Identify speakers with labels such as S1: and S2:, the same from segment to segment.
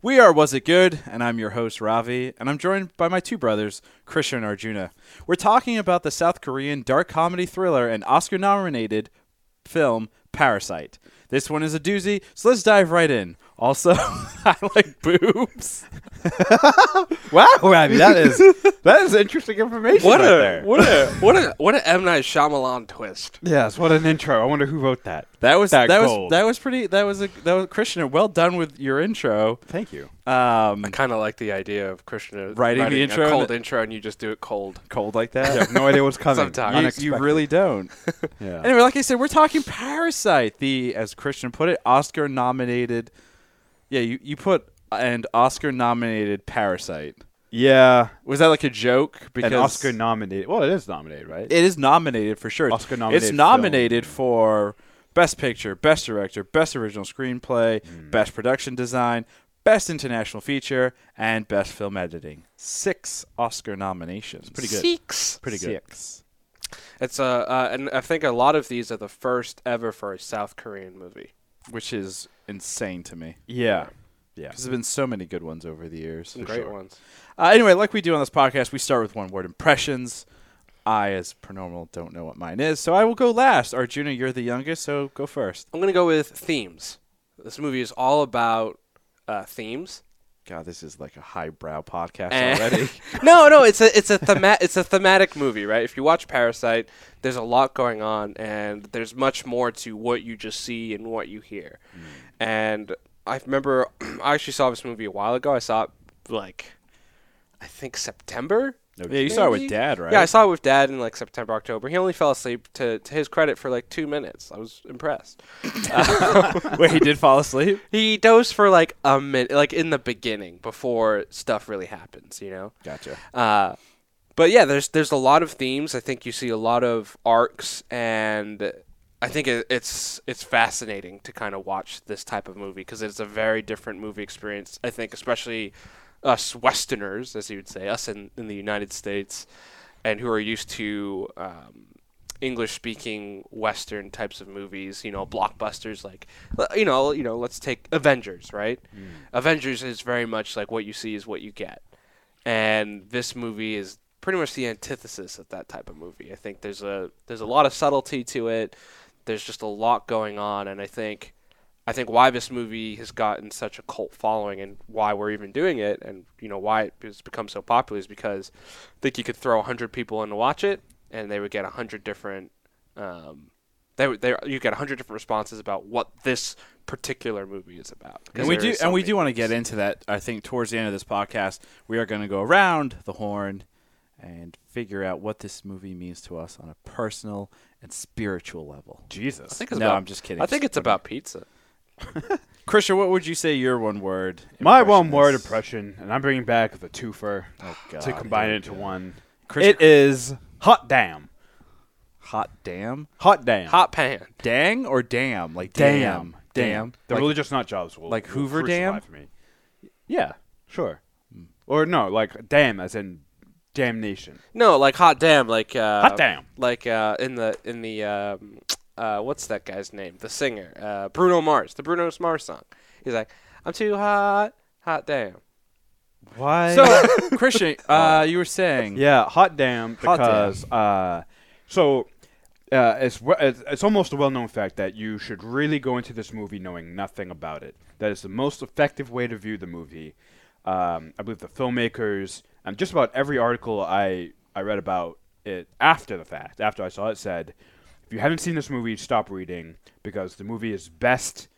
S1: We are Was It Good, and I'm your host, Ravi, and I'm joined by my two brothers, Christian and Arjuna. We're talking about the South Korean dark comedy thriller and Oscar nominated film Parasite. This one is a doozy, so let's dive right in. Also, I like boobs.
S2: Wow, Ravi, that is that is interesting information.
S3: What
S2: right
S3: a
S2: there.
S3: what a what a what a M Night Shyamalan twist.
S2: Yes, what an intro. I wonder who wrote that.
S1: That was that,
S2: That
S1: was
S2: gold.
S1: that was pretty. That was a that was Christian. Well done with your intro.
S2: Thank you.
S1: Um,
S3: I kind of like the idea of Krishna
S1: Writing the intro
S3: a
S1: and
S3: cold
S1: the-
S3: intro, and you just do it cold.
S1: cold like
S2: I
S1: that.
S2: have no idea what's coming.
S3: Sometimes.
S1: You- you,
S2: Unexpected.
S1: really don't.
S2: Yeah.
S1: Anyway, like I said, we're talking Parasite, the as Christian put it, Oscar nominated. Yeah, you you put and Oscar nominated Parasite.
S2: yeah.
S1: Was that like a joke?
S2: An Oscar nominated. Well, it is nominated, right?
S1: it is nominated for sure.
S2: Oscar nominated
S1: It's
S2: film.
S1: nominated for Best Picture, Best Director, Best Original Screenplay,
S2: Hmm.
S1: Best Production Design, Best International Feature, and Best Film Editing. Six Oscar nominations. Pretty
S3: Six.
S1: Pretty good.
S2: Six.
S3: It's a uh, and I think a lot of these are the first ever for a South Korean movie.
S1: Which is insane to me.
S2: Yeah. Yeah.
S1: Because there's been so many good ones over the years.
S3: Some great ones.
S1: Uh, anyway, like we do on this podcast, we start with one word impressions. I, as per normal, don't know what mine is, so I will go last. Arjuna, you're the youngest, so go first.
S3: I'm gonna go with themes. This movie is all about uh, themes.
S1: God, this is like a highbrow podcast
S3: And-
S1: already.
S3: Eh. no, no, it's a it's a thema- it's a thematic movie, right? If you watch Parasite, there's a lot going on, and there's much more to what you just see and what you hear.
S1: Mm.
S3: And I remember I actually saw this movie a while ago. I saw it like I think September.
S1: yeah, you saw it with
S3: maybe?
S1: Dad, right?
S3: Yeah, I saw it with Dad in like September, October. He only fell asleep to, to his credit for like two minutes. I was impressed.
S1: Wait, he did fall asleep.
S3: He dozed for like a minute, like in the beginning before stuff really happens, you know.
S1: Gotcha.
S3: Uh, but yeah, there's there's a lot of themes. I think you see a lot of arcs, and I think it, it's it's fascinating to kind of watch this type of movie because it's a very different movie experience. I think, especially us Westerners, as you would say, us in, in the United States, and who are used to um, English speaking Western types of movies, you know, blockbusters like, l- you know, you know, let's take Avengers, right? Avengers is very much like what you see is what you get, and this movie is pretty much the antithesis of that type of movie. I think there's a there's a lot of subtlety to it. There's just a lot going on, and I think I think why this movie has gotten such a cult following and why we're even doing it and you know why it's become so popular is because I think you could throw 100 people in to watch it and they would get 100 different um they would they you get 100 different responses about what this particular movie is about. 'Cause
S1: And we
S3: there
S1: do,
S3: is so
S1: and we
S3: many
S1: do want to
S3: movies.
S1: get into that. I think towards the end of this podcast, we are going to go around the horn and figure out what this movie means to us on a personal and spiritual level.
S2: Jesus.
S3: I think it's
S1: no,
S3: about-
S1: I'm just kidding.
S3: I think it's about pizza.
S1: Christian. What would you say your one word?
S2: My
S1: impression
S2: one word
S1: is?
S2: impression, and I'm bringing back the twofer
S1: Oh God.
S2: to combine it into one.
S1: Christian,
S2: it is hot damn.
S1: hot damn,
S2: Hot damn.
S3: Hot pan.
S1: dang or damn, like
S2: damn.
S1: damn, damn.
S2: The
S1: Like-
S2: religious nut jobs will
S1: like
S2: will
S1: Hoover Hmm.
S2: crucify
S1: Dam?
S2: for me. Yeah, sure. Or no, like damn as in damnation.
S3: No, like hot damn, like uh,
S2: Hot damn.
S3: like uh, in the in the um, uh, what's that guy's name? The singer, uh, Bruno Mars, the Bruno Mars song. He's like, I'm too hot, hot damn.
S2: Why?
S1: so, Christian, uh, you were saying,
S2: Yeah, hot damn
S1: Hot damn.
S2: because uh, so uh, it's we- it's it's almost a well-known fact that you should really go into this movie knowing nothing about it. That is the most effective way to view the movie. Um, I believe the filmmakers and just about every article I I read about it after the fact, after I saw it, said if you haven't seen this movie, stop reading because the movie is best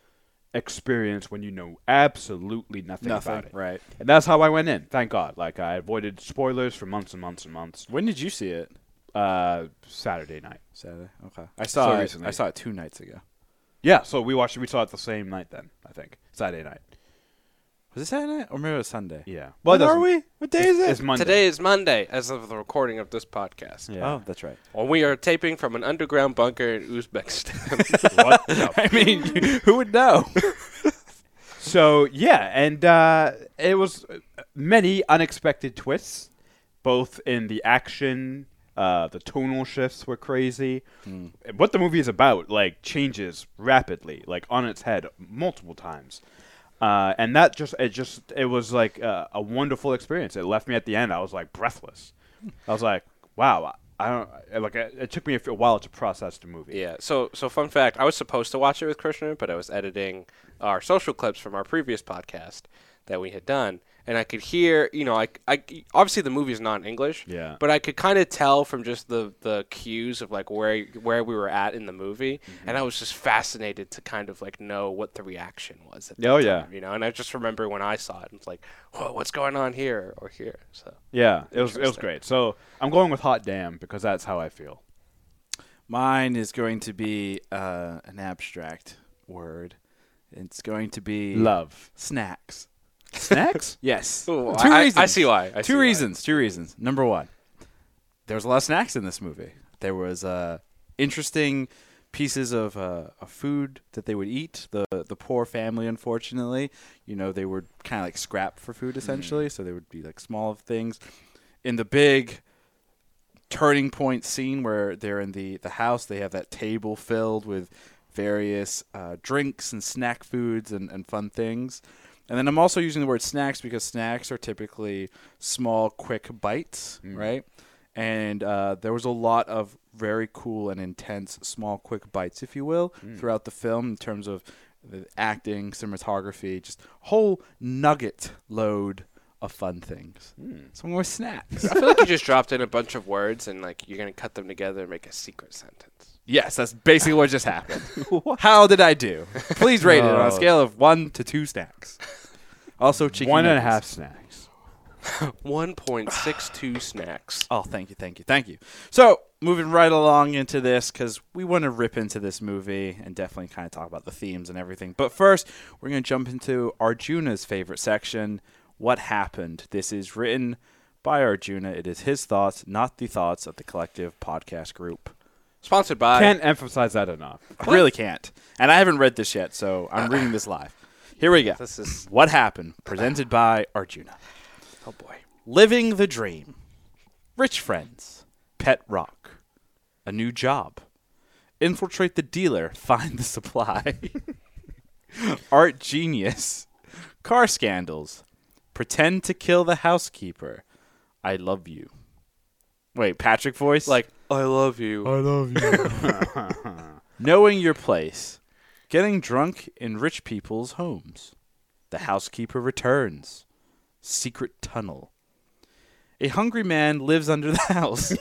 S2: experienced when you know absolutely nothing,
S1: nothing,
S2: about it.
S1: right?
S2: And that's how I went in. Thank God. Like I avoided spoilers for months and months and months.
S1: When did you see it?
S2: Uh, Saturday night.
S1: Saturday. Okay, I saw
S2: So
S1: it.
S2: recently.
S1: I saw it two nights ago.
S2: Yeah. So we watched. it. We saw it the same night then. I think Saturday night.
S1: Was it Saturday night or maybe it was Sunday?
S2: Yeah.
S1: What
S2: it
S1: are
S2: doesn't-
S1: we? What day
S2: It's,
S1: is it?
S2: it's Monday.
S3: Today is Monday, as of the recording of this podcast.
S2: Yeah.
S1: Oh, that's right.
S3: Well, we are taping from an underground bunker in Uzbekistan.
S2: what? the-
S1: I mean, you- who would know?
S2: So yeah, and uh, it was uh, many unexpected twists, both in the action. Uh, the tonal shifts were crazy.
S3: Hmm.
S2: What the movie is about, like, changes rapidly, like on its head multiple times. Uh, and that just it just it was like uh, a wonderful experience. It left me at the end. I was like breathless.
S3: Hmm.
S2: I was like, wow. I don't like. It, it took me a, few, a while to process the movie.
S3: Yeah. So so fun fact, I was supposed to watch it with Krishna, but I was editing our social clips from our previous podcast that we had done, and I could hear, you know, I, I obviously the movie is not in English,
S2: Yeah.
S3: but I could kind of tell from just the the cues of like where where we were at in the movie,
S2: Mm-hmm.
S3: and I was just fascinated to kind of like know what the reaction was. At that
S2: Oh,
S3: time,
S2: yeah.
S3: You know, and I just remember when I saw it, and it's like, whoa, what's going on here or here? So
S2: Yeah, it was it was
S3: Interesting.
S2: great. So I'm going with Hot Damn because that's how I feel.
S1: Mine is going to be uh, an abstract word. It's going to be
S2: Love
S1: snacks.
S2: snacks.
S1: Yes.
S3: Ooh, I- I- I see why. I see
S1: two
S3: why.
S1: reasons. Two reasons. Number one, there was a lot of snacks in this movie. There was uh, interesting pieces of, uh, of food that they would eat. The the poor family, unfortunately, you know, they were kind of like scrap for
S3: Mm.
S1: food essentially. So they would be like small things. In the big turning point scene where they're in the the house, they have that table filled with various uh, drinks and snack foods and, and fun things. And then I'm also using the word snacks because snacks are typically small, quick bites, right? And uh, there was a lot of very cool and intense small, quick bites, if you will, throughout the film in terms of the acting, cinematography, just whole nugget load of fun things. So I'm going with snacks.
S3: I feel like you just dropped in a bunch of words, and like you're gonna cut them together and make a secret sentence.
S1: yes, that's basically what just happened. How did I do? Please rate it on a
S2: Oh.
S1: scale of one to two snacks. Also, chicken
S2: One and a
S1: nuggets.
S2: half snacks.
S3: One point six two snacks.
S1: Oh, thank you, thank you, thank you. So, moving right along into this, because we want to rip into this movie and definitely kind of talk about the themes and everything. But first, we're going to jump into Arjuna's favorite section What Happened? This is written by Arjuna. It is his thoughts, not the thoughts of the collective podcast group.
S3: Sponsored by
S2: Can't emphasize that enough.
S1: I really can't. And I haven't read this yet, so I'm reading this live. Here we go.
S3: Uh, This is-
S1: What Happened? Presented by Arjuna.
S3: Oh boy.
S1: Living the dream. Rich friends. Pet rock. A new job. Infiltrate the dealer. Find the supply. Art genius. Car scandals. Pretend to kill the housekeeper. I love you. Wait, Patrick voice?
S3: Like I love you.
S1: knowing your place. Getting drunk in rich people's homes. The housekeeper returns. Secret tunnel. A hungry man lives under the house.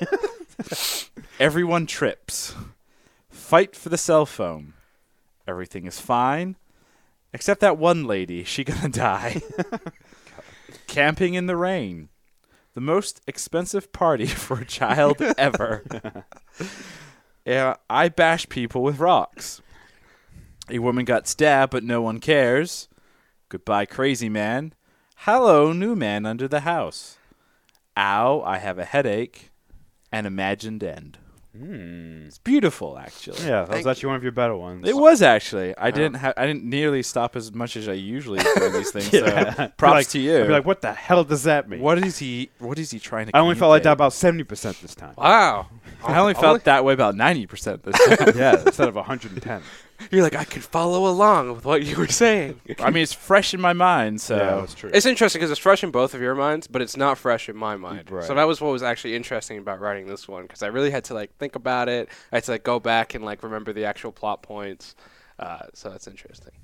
S1: Everyone trips. Fight for the cell phone. Everything is fine. Except that one lady, she gonna die. Camping in the rain. The most expensive party for a child ever. yeah, I bash people with rocks. A woman got stabbed, but no one cares. Goodbye, crazy man. Hello, new man under the house. Ow, I have a headache. An imagined end. It's beautiful, actually.
S2: Yeah, that
S3: Thank
S2: was actually one of your better ones.
S1: It was actually. I didn't. Ha- I didn't nearly stop as much as I usually do on these things. So
S2: I'd be
S1: props
S2: like-
S1: to you.
S2: I'd be like, what the hell does that mean?
S1: what is he? What is he trying to?
S2: I only felt like that
S1: communicate?
S2: about seventy percent this time.
S3: Wow.
S1: I only felt that way about ninety percent this time.
S2: yeah, instead of hundred and ten.
S3: You're like, I could follow along with what you were saying.
S1: I mean, it's fresh in my mind. So
S2: Yeah, that's true.
S3: it's interesting because it's fresh in both of your minds, but it's not fresh in my mind.
S2: Right.
S3: So that was what was actually interesting about writing this one because I really had to like think about it. I had to like go back and like remember the actual plot points. Uh, so that's interesting.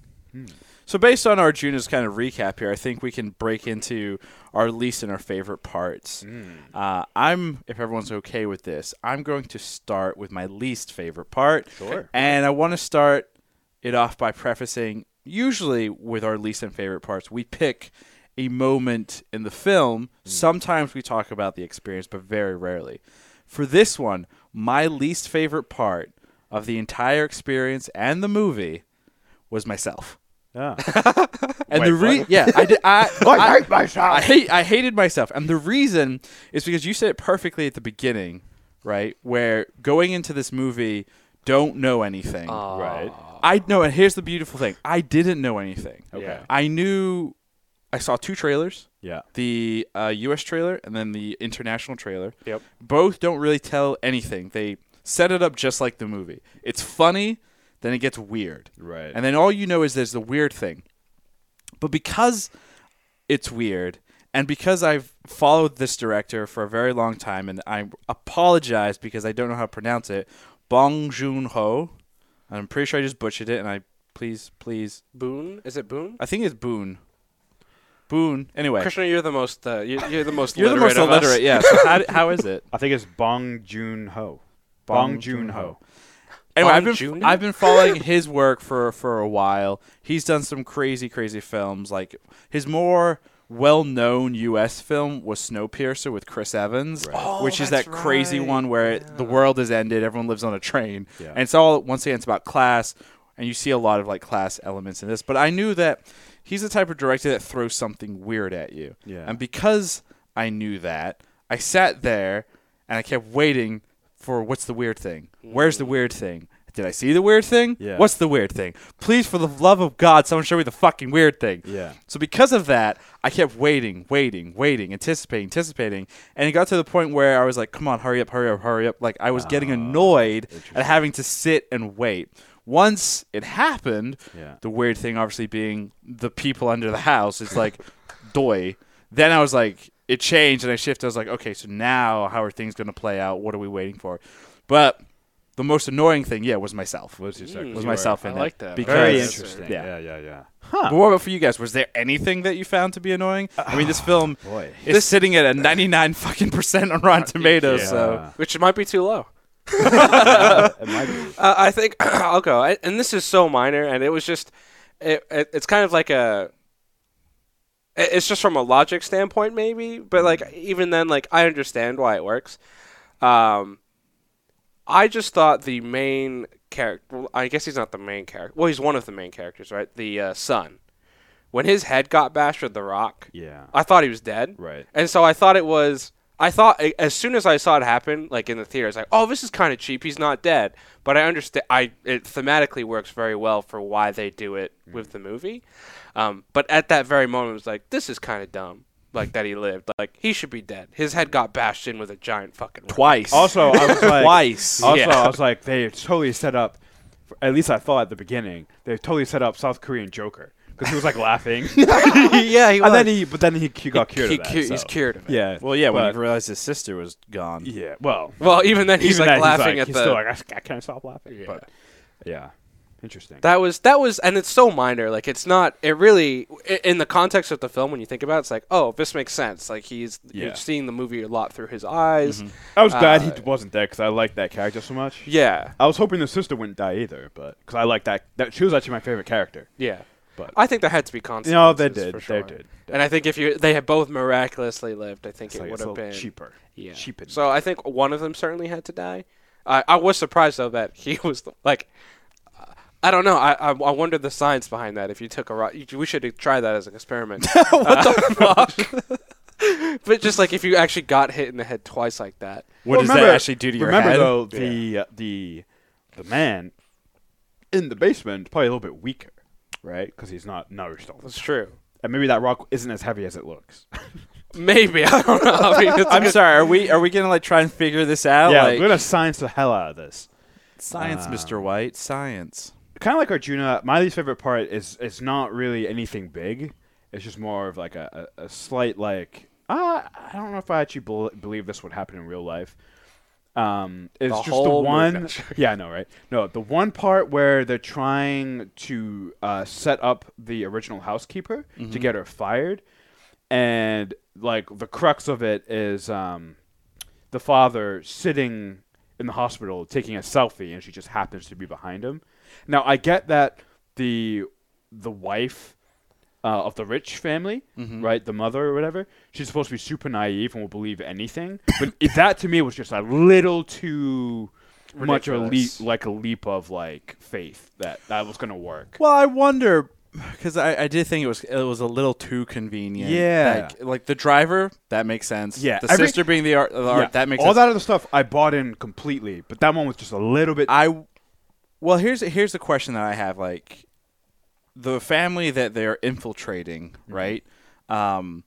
S1: So based on Arjuna's kind of recap here, I think we can break into our least and our favorite parts. Uh, I'm, if everyone's okay with this, I'm going to start with my least favorite part.
S2: Sure.
S1: And I want to start it off by prefacing. Usually, with our least and favorite parts, we pick a moment in the film. Sometimes we talk about the experience, but very rarely. For this one, my least favorite part of the entire experience and the movie was myself.
S2: Yeah.
S1: And
S2: Wait,
S1: the re-
S2: what?
S1: yeah, I, did, I, I,
S2: hate myself.
S1: I hate I hated myself, and the reason is because you said it perfectly at the beginning, right? Where going into this movie, don't know anything.
S2: Right.
S1: I know, and here's the beautiful thing: I didn't know anything.
S2: Okay.
S1: I knew. I saw two trailers
S2: Yeah.
S1: the uh, U.S. trailer and then the international trailer.
S2: Yep.
S1: Both don't really tell anything. They set it up just like the movie. It's funny, then it gets weird.
S2: Right.
S1: And then all you know is there's the weird thing. But because it's weird, and because I've followed this director for a very long time, and I apologize because I don't know how to pronounce it, Bong Joon Ho. I'm pretty sure I just butchered it, and I please, please,
S3: Boone? Is it Boone?
S1: I think it's Boone. Boone. Anyway,
S3: Krishna, you're the most uh, you're, you're the most
S1: you're the
S3: literate
S1: most
S3: of us.
S1: illiterate. Yeah. So how, how is it?
S2: I think it's Bong Joon Ho. Bong Joon Ho.
S1: Anyway,
S3: Bong
S1: I've been
S3: Joon-ho?
S1: I've been following his work for for a while. He's done some crazy crazy films. Like his more well-known U.S. film was Snowpiercer with Chris Evans, which is that
S3: Oh, that's
S1: crazy
S3: right.
S1: one where it the world is ended, everyone lives on a train,
S2: Yeah.
S1: and it's all once again it's about class, and you see a lot of like class elements in this. But I knew that he's the type of director that throws something weird at you,
S2: Yeah.
S1: and because I knew that, I sat there and I kept waiting for what's the weird thing? Where's the weird thing? Did I see the weird thing?
S2: Mm. Yeah.
S1: What's the weird thing? Please, for the love of God, someone show me the fucking weird thing.
S2: Yeah.
S1: So because of that, I kept waiting, waiting, waiting, anticipating, anticipating, and it got to the point where I was like, "Come on, hurry up, hurry up, hurry up!" Like I was
S2: Ah,
S1: getting annoyed at having to sit and wait. Once it happened,
S2: Yeah.
S1: the weird thing obviously being the people under the house. It's like, doy. Then I was like, it changed and I shifted. I was like, okay, so now how are things going to play out? What are we waiting for? But the most annoying thing, yeah, was myself.
S2: What was your second?
S1: was
S2: you
S1: myself
S3: I
S1: in
S3: like
S1: it.
S3: that.
S1: Because,
S2: Very
S3: Yes.
S2: interesting.
S1: Yeah.
S2: Yeah, yeah, yeah.
S1: But what about for you guys? Was there anything that you found to be annoying? I mean, this film
S2: Boy.
S1: is sitting at a 99 fucking percent on Rotten Tomatoes. So
S3: Which might be too low.
S2: it might be.
S3: Uh, I think I'll go. I, and this is so minor, and it was just, it, it, it's kind of like a. it- It's just from a logic standpoint, maybe, but like even then, like I understand why it works. Um, I just thought the main character. Well, I guess he's not the main character. Well, he's one of the main characters, right? The uh, son. When his head got bashed with the rock,
S2: Yeah.
S3: I thought he was dead.
S2: Right.
S3: And so I thought it was. I thought a- as soon as I saw it happen, like in the theater, I was like, "Oh, this is kind of cheap. He's not dead." But I understand. I it thematically works very well for why they do it with the movie. Um, but at that very moment, I was like, "This is kind of dumb." Like that he lived. Like he should be dead. His head got bashed in with a giant fucking. rock.
S1: twice.
S2: Also, I was like,
S1: twice.
S2: Also,
S3: Yeah.
S2: I was like, they totally set up. At least I thought at the beginning, they totally set up South Korean Joker because he was like laughing,
S3: yeah, he
S2: and then he, but then he, he got cured.
S3: he
S2: of that,
S3: cu- He's
S2: so.
S3: cured of it.
S2: Yeah.
S1: well, yeah, when
S2: but-
S1: he realized his sister was gone.
S2: yeah. Well,
S3: Well, even then, he's
S2: even
S3: like
S2: that,
S3: laughing
S2: he's like,
S3: at
S2: he's
S3: the.
S2: Still like, I, I can't stop laughing.
S3: Yeah.
S2: But yeah, interesting.
S3: That was that was, and it's so minor. Like it's not. It really, i- in the context of the film, when you think about it, it's like, oh, this makes sense. Like he's
S2: Yeah. Mm-hmm.
S3: you're seeing the movie a lot through his eyes.
S2: I was glad
S3: Uh,
S2: he wasn't there because I liked that character so much.
S3: Yeah,
S2: I was hoping the sister wouldn't die either, but because I like that, that she was actually my favorite character.
S3: yeah.
S2: But
S3: I think there had to be consequences.
S2: no, they did,
S3: for
S2: they
S3: sure.
S2: did.
S3: And I think if you they had both miraculously lived, I think
S2: It's
S3: it
S2: like,
S3: would
S2: it's a
S3: have
S2: little
S3: been
S2: cheaper.
S3: Yeah.
S2: cheapened.
S3: So I think one of them certainly had to die. I I was surprised though that he was the, like. uh, I don't know. I, I I wonder the science behind that. If you took a rock, you- we should try that as an experiment. Uh,
S1: what the fuck?
S3: But just like if you actually got hit in the head twice like that.
S1: What
S2: Well,
S1: does
S2: remember-
S1: that actually do to your
S2: remember
S1: head?
S2: though the uh, the the man in the basement is probably a little bit weaker, right? Because he's not nourished all the
S3: That's
S2: time,
S3: true.
S2: and maybe that rock isn't as heavy as it looks.
S3: Maybe I don't know. I mean, it's a
S1: I'm
S3: good-
S1: sorry. Are we are we gonna like try and figure this out?
S2: yeah,
S1: like,
S2: we're gonna science the hell out of this.
S1: science,
S2: Ah.
S1: Mr. White, science.
S2: Kind of like Arjuna, my least favorite part is it's not really anything big. It's just more of like a, a, a slight like ah, I don't know if I actually bel believe this would happen in real life. Um, it's
S3: The
S2: just the
S3: whole
S2: one.
S3: movie.
S2: Yeah, I know, right? No, the one part where they're trying to uh, set up the original housekeeper
S3: Mm-hmm.
S2: to get her fired, and like the crux of it is um, the father sitting in the hospital taking a selfie, and she just happens to be behind him. Now, I get that the the wife uh, of the rich family,
S1: Mm-hmm.
S2: right? The mother or whatever. She's supposed to be super naive and will believe anything. But i- that to me was just a little too much of a leap,
S3: Ridiculous.
S2: like a leap of like faith that that was gonna work.
S1: Well, I wonder because I, I did think it was it was a little too convenient.
S2: Yeah.
S1: like, like the driver that makes sense.
S2: Yeah,
S1: the
S2: every-
S1: sister being the art, the
S2: Yeah,
S1: art that makes
S2: all
S1: sense.
S2: that other stuff I bought in completely, but that one was just a little bit.
S1: I well, here's here's the question that I have. Like the family that they're infiltrating,
S2: Mm-hmm.
S1: right? Um,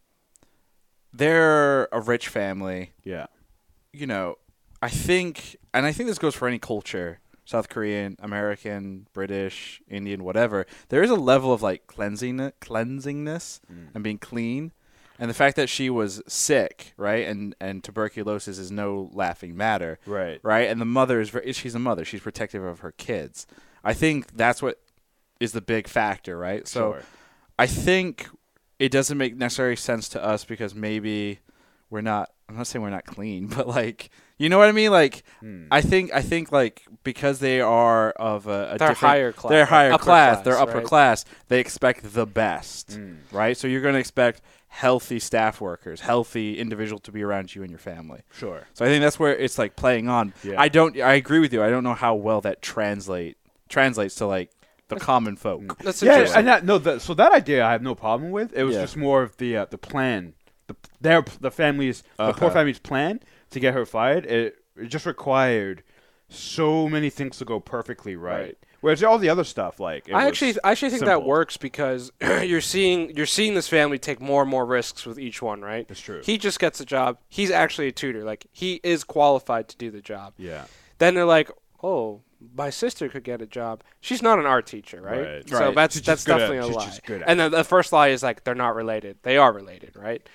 S1: they're a rich family.
S2: yeah,
S1: you know, I think, and I think this goes for any culture. South Korean, American, British, Indian, whatever, there is a level of like cleansing cleansingness and being clean. And the fact that she was sick, right, and and tuberculosis is no laughing matter,
S2: Right.
S1: right. And the mother is very, she's a mother; she's protective of her kids. I think that's what is the big factor, right? So
S2: Sure.
S1: I think it doesn't make necessary sense to us because maybe we're not I'm not saying we're not clean, but like you know what I mean? Like
S2: Hmm, Mm.
S1: I think I think like because they are of a, a
S3: They're
S1: different-
S3: higher class,
S1: They're higher
S3: upper
S1: class,
S3: class,
S1: they're upper
S3: right?
S1: class, they expect the best.
S2: Mm.
S1: Right? So you're gonna expect healthy staff workers, healthy individual to be around you and your family.
S2: Sure.
S1: So I think that's where it's like playing on.
S2: Yeah.
S1: I don't I agree with you. I don't know how well that translate translates to like the common folk.
S3: That's
S2: Mm. Yeah,
S3: interesting.
S2: and that, no, that, so that idea I have no problem with. It was
S1: Yeah.
S2: just more of the uh, the plan, the their the family's the poor
S3: Uh-huh.
S1: Okay.
S2: family's plan to get her fired. It, it just required so many things to go perfectly right.
S3: Right.
S2: Whereas all the other stuff, like it
S3: I
S2: was
S3: actually, I actually think that
S2: simple.
S3: works because you're seeing you're seeing this family take more and more risks with each one, right?
S2: That's true.
S3: He just gets a job. He's actually a tutor. Like he is qualified to do the job.
S2: Yeah.
S3: Then they're like, oh, my sister could get a job. She's not an art teacher, right?
S2: Right.
S3: So
S1: Right.
S3: that's
S2: She's
S3: that's
S2: just good at-
S3: definitely a
S2: she's
S3: lie.
S2: just good at
S3: and then the first lie is like they're not related. They are related, right?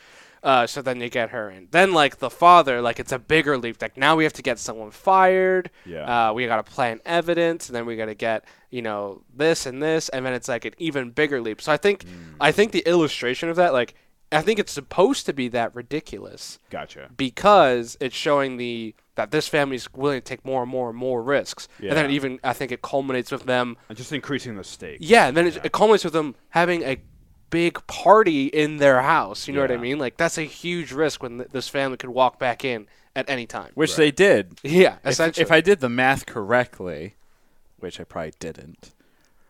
S3: Uh, so then you get her in. Then like the father, like it's a bigger leap. Like now we have to get someone fired.
S2: Yeah.
S3: Uh, we got to plan evidence, and then we got to get you know this and this, and then it's like an even bigger leap. So I think
S2: Hmm.
S3: I think the illustration of that, like I think it's supposed to be that ridiculous
S2: Gotcha.
S3: because it's showing the that this family's willing to take more and more and more risks. And then
S2: Yeah.
S3: even I think it culminates with them
S2: And just increasing the stake.
S3: yeah, and then it, it culminates with them having a big party in their house. You know what I
S2: Yeah.
S3: mean? Like that's a huge risk when th- this family could walk back in at any time.
S1: Which they did.
S3: yeah,
S1: If-
S3: essentially.
S1: If I did the math correctly, which I probably didn't,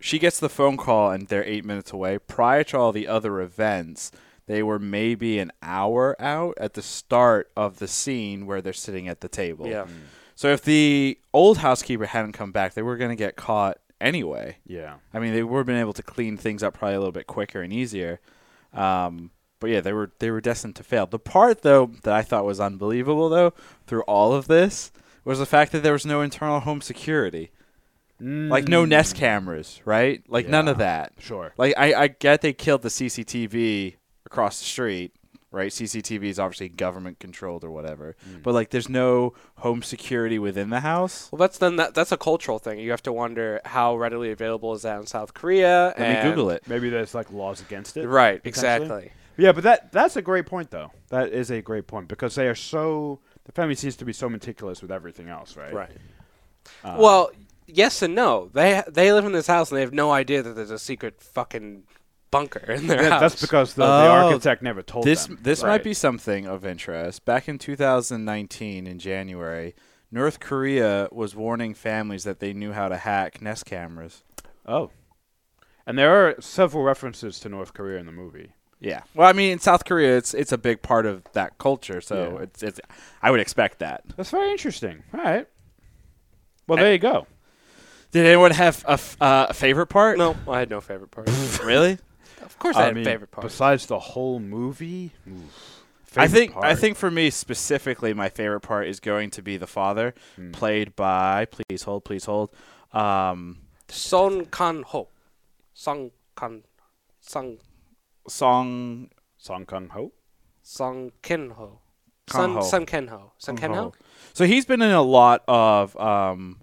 S1: she gets the phone call and they're eight minutes away. Prior to all the other events, they were maybe an hour out at the start of the scene where they're sitting at the table.
S3: Yeah. Mm.
S1: So if the old housekeeper hadn't come back, they were going to get caught anyway.
S2: Yeah.
S1: I mean, they would have been able to clean things up probably a little bit quicker and easier. Um, but yeah, they were they were destined to fail. The part though that I thought was unbelievable though through all of this was the fact that there was no internal home security, like no Nest cameras, right? Like none of that.
S2: Sure.
S1: Like I, I get they killed the CCTV across the street, right? CCTV is obviously government controlled or whatever, but like there's no home security within the house.
S3: well, that's then that, that's a cultural thing. You have to wonder how readily available is that in South Korea.
S1: Let
S3: and-
S1: me Google it.
S2: Maybe there's like laws against it.
S3: Right,
S2: potentially.
S3: exactly.
S2: Yeah, but that that's a great point though. That is a great point because they are so the family seems to be so meticulous with everything else, right?
S3: Right. well, yes and no. They they live in this house and they have no idea that there's a secret fucking bunker in their
S2: That-
S3: house.
S2: that's because the, the
S1: Oh,
S2: architect never told
S1: This
S2: them.
S1: this
S2: Right.
S1: might be something of interest. Back in 2019 in January, North Korea was warning families that they knew how to hack Nest cameras.
S2: Oh. And there are several references to North Korea in the movie.
S1: Yeah. Well, I mean, in South Korea, it's it's a big part of that culture, so
S2: Yeah.
S1: it's it's I would expect that.
S2: That's very interesting. All right. Well, there you go.
S1: Did anyone have a f- uh, a favorite part?
S3: no, I had no favorite part. of
S1: Really?
S3: course, I, had a favorite part.
S2: Besides the whole movie, oof.
S1: I think
S2: Favorite
S1: I
S2: part.
S1: think for me specifically, my favorite part is going to be the father,
S2: Hmm.
S1: played by please hold, please hold. Um,
S3: Son Kan Ho. Song Kan Song
S1: Song
S2: Song Kang Ho.
S3: Song Ken Ho.
S1: Kan
S3: Son
S1: Ho.
S3: Son Ken Ho. Son Ken Ho.
S1: So he's been in a lot of um,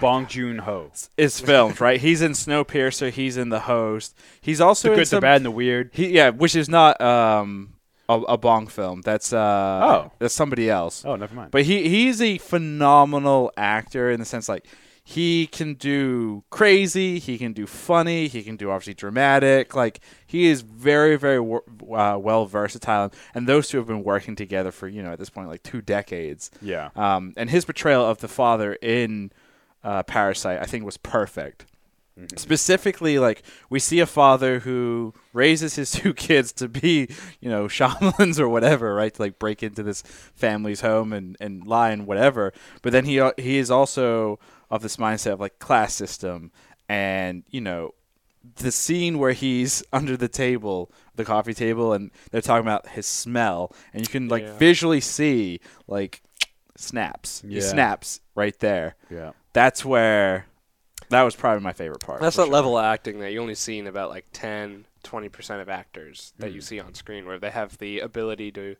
S2: Bong Joon Ho.
S1: is films, right? He's in Snowpiercer. He's in The Host. He's also
S2: The
S1: in
S2: good, the
S1: some-
S2: bad, and the weird.
S1: He yeah, which is not um a, a Bong film. That's uh
S2: Oh.
S1: that's somebody else.
S2: Oh, never mind.
S1: But he he's a phenomenal actor in the sense like he can do crazy, he can do funny, he can do obviously dramatic. Like he is very very wor- uh, well versatile, and those two have been working together for you know at this point like two decades.
S2: Yeah.
S1: Um, and his portrayal of the father in uh, Parasite, I think, was perfect. Mm-hmm. Specifically, like we see a father who raises his two kids to be, you know, shamans or whatever, right? To like break into this family's home and, and lie and whatever. But then he uh, he is also of this mindset of like class system and you know the scene where he's under the table, the coffee table, and they're talking about his smell, and you can like
S3: Yeah.
S1: visually see like snaps. He
S2: Yeah.
S1: snaps right there.
S2: yeah.
S1: that's where that was probably my favorite part.
S3: That's
S1: for
S3: that
S1: sure.
S3: level of acting that you only see in about like 10, 20% of actors that
S1: Mm.
S3: you see on screen where they have the ability to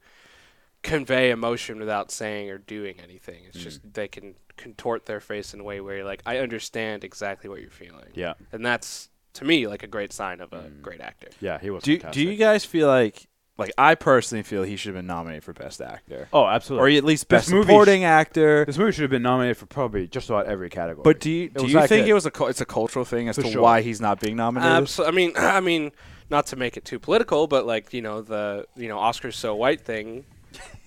S3: convey emotion without saying or doing anything. It's
S1: Mm.
S3: just they can contort their face in a way where you're like, I understand exactly what you're feeling.
S2: Yeah.
S3: And that's, to me, like a great sign of a
S1: Mm.
S3: great actor.
S2: Yeah, he was
S1: Do do
S2: fantastic.
S1: you guys feel like like I personally feel he should have been nominated for best actor
S2: oh,
S1: or
S2: absolutely.
S1: at least
S2: This
S1: best
S2: movie sh-
S1: supporting actor?
S2: this movie should have been nominated for probably just about every category.
S1: But do you
S2: It
S1: do
S2: was
S1: you
S2: that
S1: think
S2: good.
S1: it was a cul- it's a cultural thing as
S2: For
S1: to
S2: sure.
S1: why he's not being nominated?
S3: Abso- I mean, I mean, not to make it too political, but like you know the you know Oscars so white thing.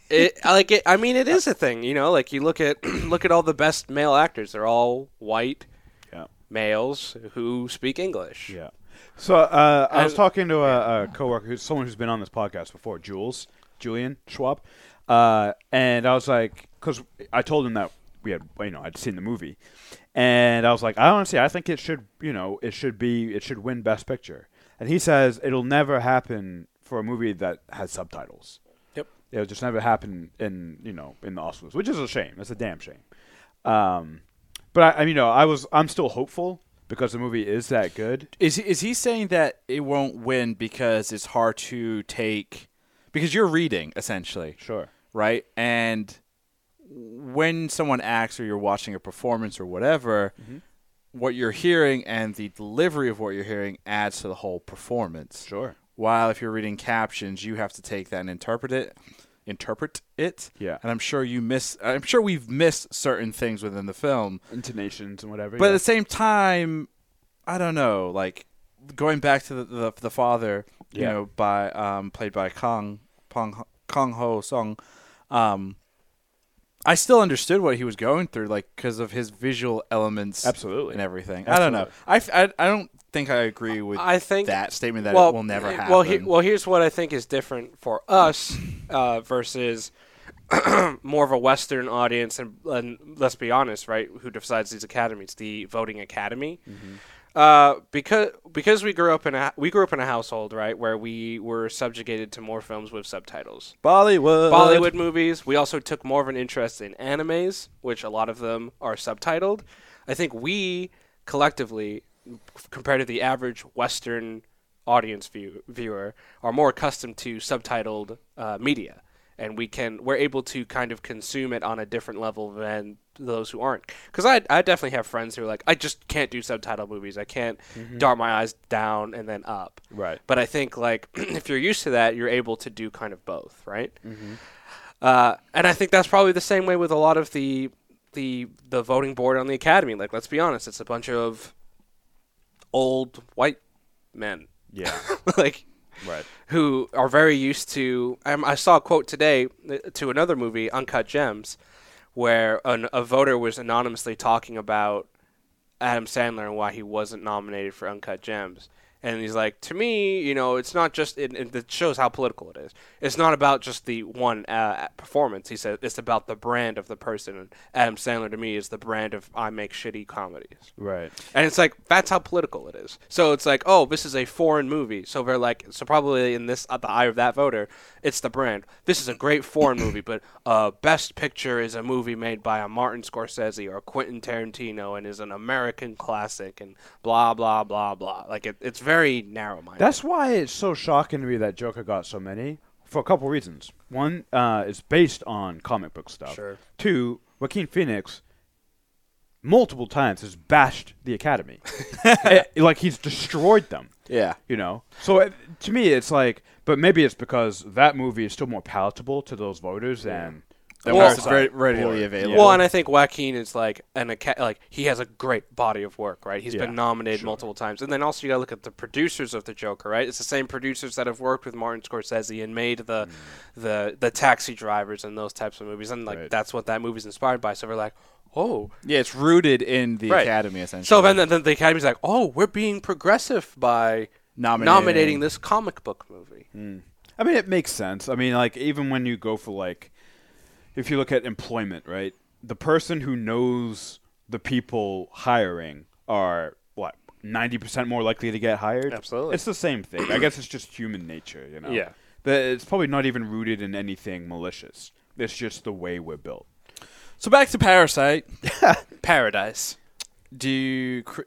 S3: It I like it. I mean, it is a thing. You know, like you look at look at all the best male actors. They're all white
S2: Yeah.
S3: males who speak English.
S2: Yeah. So uh, I was
S3: And-
S2: talking to a, a coworker, who's someone who's been on this podcast before, Jules, Julian Schwab, uh, and I was like, because I told him that we had, you know, I'd seen the movie, and I was like, I honestly, I think it should, you know, it should be, it should win Best Picture, and he says it'll never happen for a movie that has subtitles.
S3: Yep.
S2: It'll just never happen in, you know, in the Oscars, which is a shame. It's a damn shame. Um, but I, I, you know, I was, I'm still hopeful because the movie is that good.
S1: Is he, is he saying that it won't win because it's hard to take because you're reading essentially,
S2: Sure.
S1: right? And when someone acts or you're watching a performance or whatever,
S2: Mm-hmm.
S1: what you're hearing and the delivery of what you're hearing adds to the whole performance.
S2: Sure.
S1: While if you're reading captions, you have to take that and interpret it, interpret it.
S2: Yeah.
S1: And I'm sure you miss I'm sure we've missed certain things within the film
S2: Intonations and whatever.
S1: but
S2: yeah.
S1: at the same time, I don't know. Like going back to the the, the father, you
S2: Yeah.
S1: know, by um, played by Kong Pong Kong Ho Song. Um, I still understood what he was going through, like because of his visual elements,
S2: Absolutely.
S1: and everything. I don't know. I, f- I- I don't think I agree with
S3: I think
S1: that statement that it will never
S3: eh,
S1: happen.
S3: Well, he, well, here's what I think is different for us uh, versus more of a Western audience, and, and let's be honest, right? Who decides these academies? The voting academy.
S1: Mm-hmm.
S3: Uh, because because we grew up in a we grew up in a household right where we were subjugated to more films with subtitles.
S1: Bollywood,
S3: Bollywood movies. We also took more of an interest in animes, which a lot of them are subtitled. I think we collectively, f- compared to the average Western audience view, viewer, are more accustomed to subtitled uh, media, and we can we're able to kind of consume it on a different level than those who aren't. Because I I definitely have friends who are like I just can't do subtitle movies. I can't dart my eyes down and then up.
S2: Right.
S3: But I think like if you're used to that, you're able to do kind of both, right? Uh, and I think that's probably the same way with a lot of the the the voting board on the academy. Like, let's be honest, it's a bunch of old white men,
S2: yeah,
S3: like
S2: right.
S3: who are very used to. Um, I saw a quote today uh, to another movie, Uncut Gems, where an, a voter was anonymously talking about Adam Sandler and why he wasn't nominated for Uncut Gems. And he's like, to me, you know, it's not just it, it it shows how political it is. It's not about just the one uh, performance. He said it's about the brand of the person. And Adam Sandler to me is the brand of I make shitty comedies.
S2: Right.
S3: And it's like that's how political it is. So it's like, oh, this is a foreign movie. So they're like, so probably in this at the eye of that voter, it's the brand. This is a great foreign movie, but uh, best picture is a movie made by a Martin Scorsese or a Quentin Tarantino and is an American classic and blah blah blah blah. Like it, it's very narrow minded.
S2: That's why it's so shocking to me that Joker got so many for a couple reasons. One, uh, it's based on comic book stuff.
S3: Sure.
S2: Two, Joaquin Phoenix multiple times has bashed the Academy, Eh, like he's destroyed them.
S1: yeah.
S2: You know. So it, to me, it's like, but maybe it's because that movie is still more palatable to those voters
S1: That
S2: than.
S3: Well-
S1: was very readily
S2: Yeah.
S1: available.
S3: Well, and I think Joaquin is like an aca- like he has a great body of work, right? He's
S2: Yeah,
S3: been nominated multiple times, and then also you gotta look at the producers of the Joker, right? It's the same producers that have worked with Martin Scorsese and made the
S1: Mm.
S3: the the Taxi Drivers and those types of movies, and like
S2: Right.
S3: that's what that movie's inspired by. So we're like, oh,
S1: yeah, it's rooted in the
S3: Right.
S1: academy essentially.
S3: so then, then the Academy's like, oh, we're being progressive by
S1: Nominating-
S3: nominating this comic book movie.
S2: I mean, it makes sense. I mean, like even when you go for like, if you look at employment, right? The person who knows the people hiring are what ninety percent more likely to get hired.
S3: Absolutely.
S2: it's the same thing. I guess it's just human nature, you know.
S3: Yeah.
S2: that it's probably not even rooted in anything malicious. It's just the way we're built.
S1: So back to Parasite.
S3: Paradise.
S1: Do you? Cr-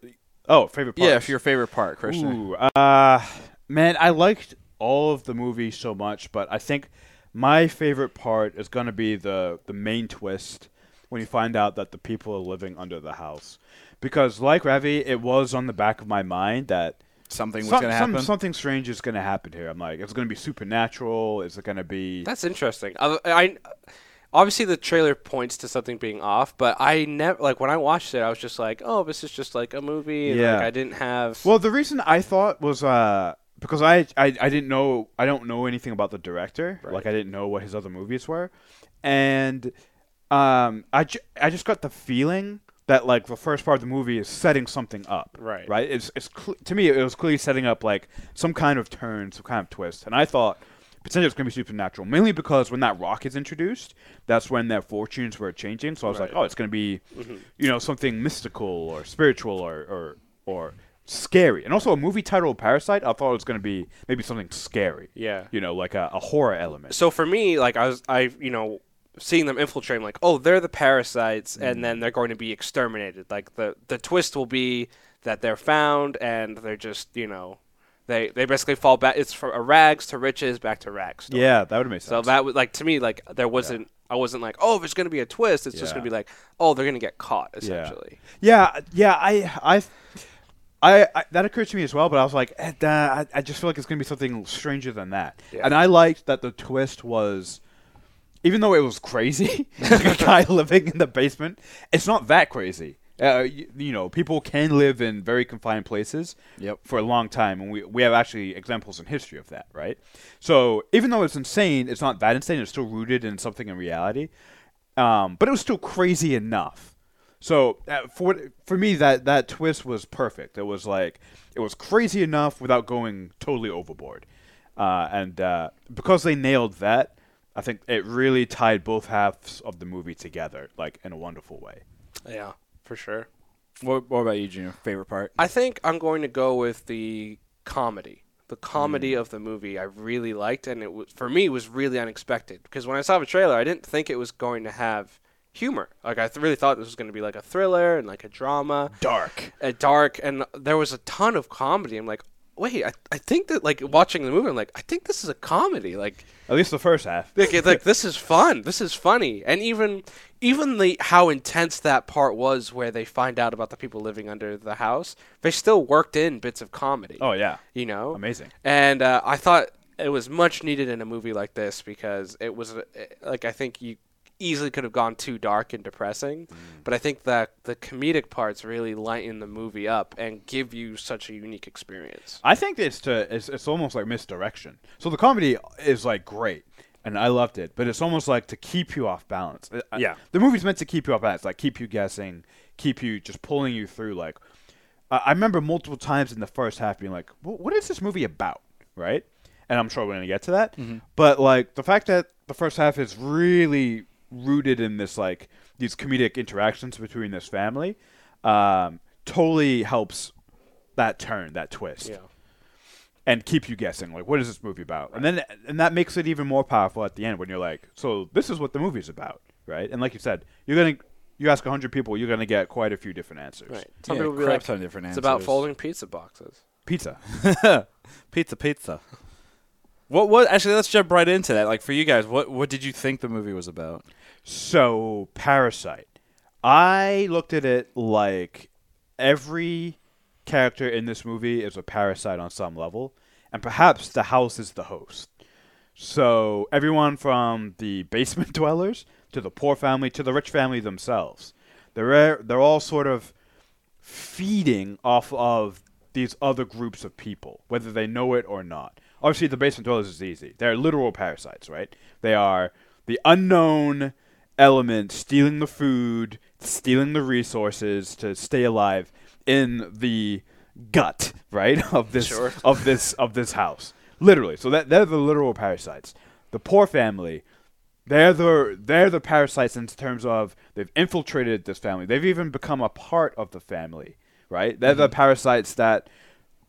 S2: Oh, favorite part.
S1: yeah, if your favorite part, Christian.
S2: Ooh, uh, man, I liked all of the movie so much, but I think my favorite part is gonna be the the main twist when you find out that the people are living under the house, because like Ravi, it was on the back of my mind that
S1: Something was
S2: some-
S1: gonna
S2: some-
S1: happen.
S2: something strange is gonna happen here. I'm like, it's gonna be supernatural. Is it gonna be?
S3: That's interesting. I, I obviously the trailer points to something being off, but I never like when I watched it, I was just like, oh, this is just like a movie. And, like,
S2: Yeah.
S3: I didn't have.
S2: Well, the reason I thought was uh, because I, I I didn't know I don't know anything about the director. Like I didn't know what his other movies were, and um, I ju- I just got the feeling that like the first part of the movie is setting something up.
S3: Right.
S2: Right. It's it's cl- to me it was clearly setting up like some kind of turn, some kind of twist, and I thought. Potentially, it's going to be supernatural, mainly because when that rock is introduced, that's when their fortunes were changing. So I was like, "Oh, it's going to be,
S3: Mm-hmm.
S2: you know, something mystical or spiritual or, or or scary. And also a movie titled Parasite, I thought it was going to be maybe something scary.
S3: Yeah.
S2: You know, like a, a horror element.
S3: so for me, like I was, I you know, seeing them infiltrate, I'm like, oh, they're the parasites,
S2: Mm.
S3: and then they're going to be exterminated. Like the the twist will be that they're found and they're just you know, they they basically fall back. It's from a rags to riches, back to rags. story.
S2: Yeah, that would make
S3: So
S2: sense.
S3: that was like to me, like there wasn't. I wasn't like, oh, there's gonna be a twist. It's just
S2: Yeah.
S3: gonna be like, oh, they're gonna get caught,
S2: yeah.
S3: essentially.
S2: Yeah, yeah, I, I, I, I, that occurred to me as well, but I was like, eh, duh, I, I just feel like it's going to be something stranger than that.
S3: Yeah.
S2: And I liked that the twist was, even though it was crazy, like a guy living in the basement, it's not that crazy. Uh, you, you know, people can live in very confined places
S1: Yep.
S2: for a long time, and we, we have actually examples in history of that, right? So even though it's insane, it's not that insane. It's still rooted in something in reality, um, but it was still crazy enough. So uh, for what- for me, that that twist was perfect. It was like it was crazy enough without going totally overboard, uh, and uh, because they nailed that, I think it really tied both halves of the movie together, like in a wonderful way.
S3: Yeah, for sure.
S1: What, what about you, Junior? Favorite part?
S3: I think I'm going to go with the comedy. The comedy
S2: Mm.
S3: of the movie I really liked, and it was, for me was really unexpected because when I saw the trailer, I didn't think it was going to have humor. Like I th- really thought this was going to be like a thriller and like a drama,
S2: Dark.
S3: a dark, and there was a ton of comedy. I'm like, wait, I, I think that like watching the movie, I'm like, I think this is a comedy. Like
S2: At least the first half.
S3: like, it's like this is fun. This is funny, and even even the how intense that part was, where they find out about the people living under the house, they still worked in bits of comedy.
S2: Oh yeah.
S3: you know,
S2: Amazing.
S3: And uh, I thought it was much needed in a movie like this because it was uh, like I think you easily could have gone too dark and depressing, but I think that the comedic parts really lighten the movie up and give you such a unique experience.
S2: I think it's to it's, it's almost like misdirection. So the comedy is like great, and I loved it, but it's almost like to keep you off balance. I- I-
S3: Yeah.
S2: the movie's meant to keep you off balance, like keep you guessing, keep you just pulling you through. Like, I I remember multiple times in the first half being like, "Wh- "What is this movie about?" Right, and I'm sure we're gonna get to that.
S3: Mm-hmm.
S2: But like the fact that the first half is really rooted in this like these comedic interactions between this family, um, totally helps that turn, that twist
S3: Yeah.
S2: and keep you guessing. Like, what is this movie about? And then and that makes it even more powerful at the end when you're like, so this is what the movie's about, right? And like you said, you're gonna you ask hundred people, you're gonna get quite a few different answers.
S3: Right. Some
S1: Yeah,
S3: people will be
S1: crap
S3: like,
S1: ton of different
S3: it's about
S1: answers."
S3: folding pizza boxes.
S2: Pizza.
S1: pizza, pizza. What? What? Actually, let's jump right into that. Like for you guys, what what did you think the movie was about?
S2: So Parasite. I looked at it like every character in this movie is a parasite on some level, and perhaps the house is the host. So everyone from the basement dwellers to the poor family to the rich family themselves, they're they're all sort of feeding off of these other groups of people, whether they know it or not. Obviously, the basement dwellers is easy. They're literal parasites, right? They are the unknown element stealing the food, stealing the resources to stay alive in the gut, right, of this
S3: Sure.
S2: of this of this house. Literally. So that they're the literal parasites. The poor family, they're the they're the parasites in terms of they've infiltrated this family. They've even become a part of the family, right? They're the parasites that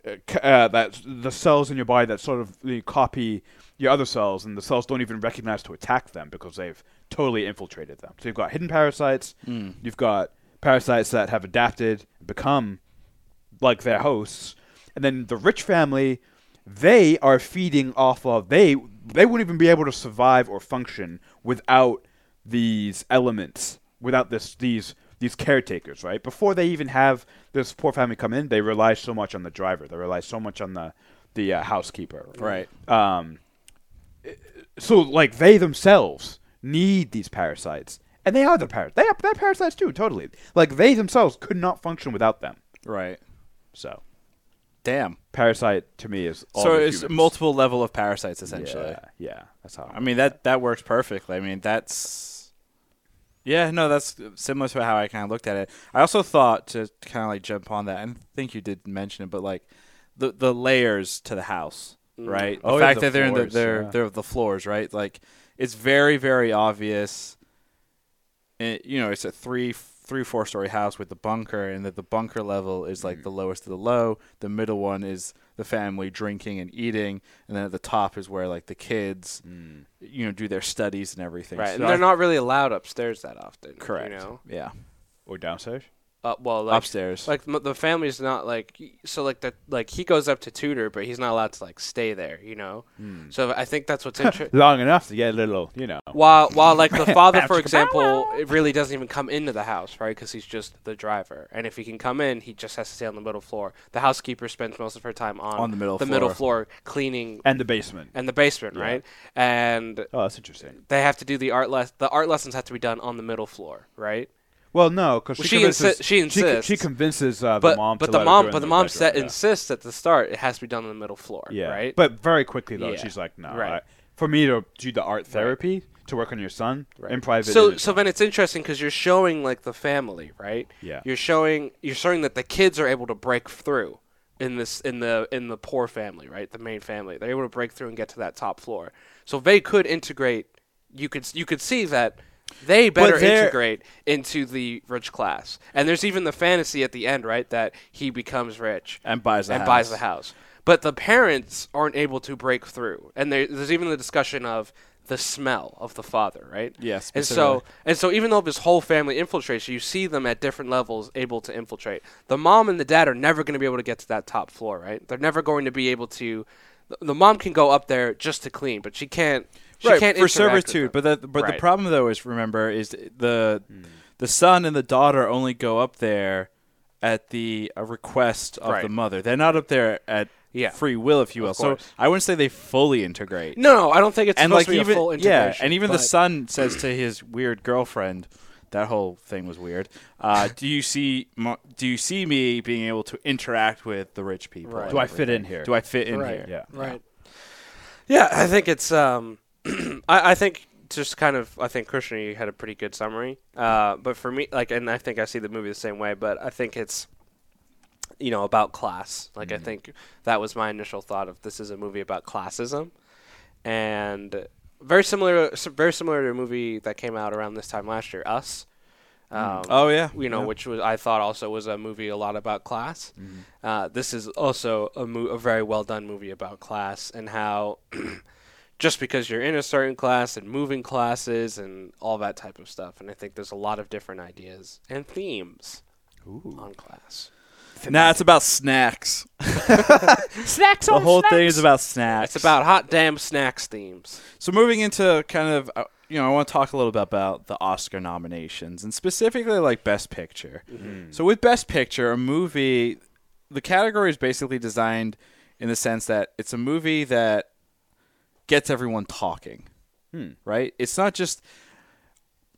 S2: uh, c- uh, that the cells in your body that sort of you know, copy your other cells, and the cells don't even recognize to attack them because they've totally infiltrated them. So you've got hidden parasites. You've got parasites that have adapted, become like their hosts, and then the rich family, they are feeding off of they they wouldn't even be able to survive or function without these elements, without this these these caretakers, right? Before they even have this poor family come in, they rely so much on the driver, they rely so much on the the uh, housekeeper,
S1: Right.
S2: Um, so like they themselves need these parasites, and they are the parasites. They are they're parasites too, totally. Like they themselves could not function without them.
S1: Right.
S2: So
S1: Damn.
S2: parasite to me is all
S1: so
S2: the
S1: it's
S2: humans.
S1: multiple level of parasites essentially.
S2: Yeah, yeah, that's how.
S1: I mean that that works perfectly. I mean that's yeah, no, that's similar to how I kind of looked at it. I also thought to kind of like jump on that, and I think you did mention it, but like the the layers to the house, right? The
S2: Oh, yeah,
S1: fact
S2: the
S1: that they're in the,
S2: floors,
S1: they're
S2: yeah.
S1: they're the floors, right? Like it's very very obvious. It, you know, it's a three three four story house with the bunker, and that the bunker level is like the
S3: Mm.
S1: lowest of the low. The middle one is the family drinking and eating, and then at the top is where like the kids, you know, do their studies and everything.
S3: Mm. Right, and
S1: So I-
S3: they're not really allowed upstairs that often.
S1: correct.
S3: You know,
S1: Yeah,
S2: or downstairs.
S3: uh, well, like,
S1: upstairs.
S3: like m- the family's not like y- so like that like he goes up to tutor, but he's not allowed to like stay there. You know,
S1: Hmm.
S3: so I think that's what's interesting.
S2: Long enough to get a little, you know.
S3: While while like the father, for example, it really doesn't even come into the house, right? Because he's just the driver, and if he can come in, he just has to stay on the middle floor. The housekeeper spends most of her time on,
S1: On the middle
S3: the middle floor cleaning
S2: And the basement.
S3: and the basement, right? And
S2: Oh, that's interesting.
S3: they have to do the art less. The art lessons have to be done on the middle floor, right?
S2: Well, no, because
S3: Well,
S2: she,
S3: she
S2: convinces,
S3: insi- she
S2: co- She,
S3: insists.
S2: convinces uh,
S3: But
S2: the mom.
S3: but
S2: to
S3: the
S2: let her
S3: mom
S2: go in
S3: but the mom
S2: bedroom,
S3: set
S2: yeah.
S3: insists at the start it has to be done on the middle floor,
S2: Yeah,
S3: right?
S2: But very quickly though,
S3: Yeah.
S2: she's like, no.
S3: Right.
S2: I- for me to do the art therapy to work on your son in private.
S3: So
S2: it is
S3: so
S2: fine.
S3: then it's interesting because you're showing like the family, right?
S2: Yeah.
S3: You're showing you're showing that the kids are able to break through in this in the in the poor family, right? The main family. They're able to break through and get to that top floor. So they could integrate. You could s- you could see that they better
S2: they're-
S3: integrate into the rich class. And there's even the fantasy at the end, right, that he becomes rich
S1: And buys the
S3: and buys
S1: house.
S3: the house. But the parents aren't able to break through, and there, there's even the discussion of the smell of the father, right?
S1: Yeah,
S3: And so
S1: specifically.
S3: and so even though this whole family infiltrates, you see them at different levels able to infiltrate. The mom and the dad are never going to be able to get to that top floor, right? They're never going to be able to. th- The mom can go up there just to clean, but she can't. She
S1: right
S3: can't
S1: for
S3: interact with
S1: servitude.
S3: them.
S1: But the but
S3: Right. Mm.
S1: the problem though is remember is the the son and the daughter only go up there at the uh, request of
S3: Right.
S1: the mother. They're not up there at
S3: Yeah.
S1: free will, if you will. So
S3: course.
S1: I wouldn't say they fully integrate.
S3: no, no, I don't think it's
S1: and like
S3: supposed to be a
S1: even
S3: full
S1: yeah,
S3: integration,
S1: and even the
S3: but-
S1: son says to his weird girlfriend, that whole thing was weird. Uh, do you see mo- do you see me being able to interact with the rich people?
S3: Right.
S1: and
S2: do I fit in here?
S1: Do I fit in
S3: Right.
S1: here?
S2: Yeah.
S3: Right. Yeah, I think it's. Um, I, I think just kind of. I think Krishna, you had a pretty good summary. Uh, but for me, like, and I think I see the movie the same way. But I think it's, you know, about class. Like,
S2: Mm-hmm.
S3: I think that was my initial thought of this is a movie about classism, and very similar, s- very similar to a movie that came out around this time last year, Us.
S2: Mm.
S3: Um,
S1: Oh yeah.
S3: you know, which was I thought also was a movie a lot about class. Uh, this is also a, mo- a very well done movie about class and how just because you're in a certain class and moving classes and all that type of stuff. And I think there's a lot of different ideas and themes on class.
S1: Nah, it's about snacks. snacks. The whole thing is about snacks.
S3: It's about hot damn snacks themes.
S1: So moving into kind of, uh, you know, I want to talk a little bit about the Oscar nominations and specifically like Best Picture.
S2: Mm-hmm.
S1: So with Best Picture, a movie, the category is basically designed in the sense that it's a movie that gets everyone talking,
S2: Hmm.
S1: right? It's not just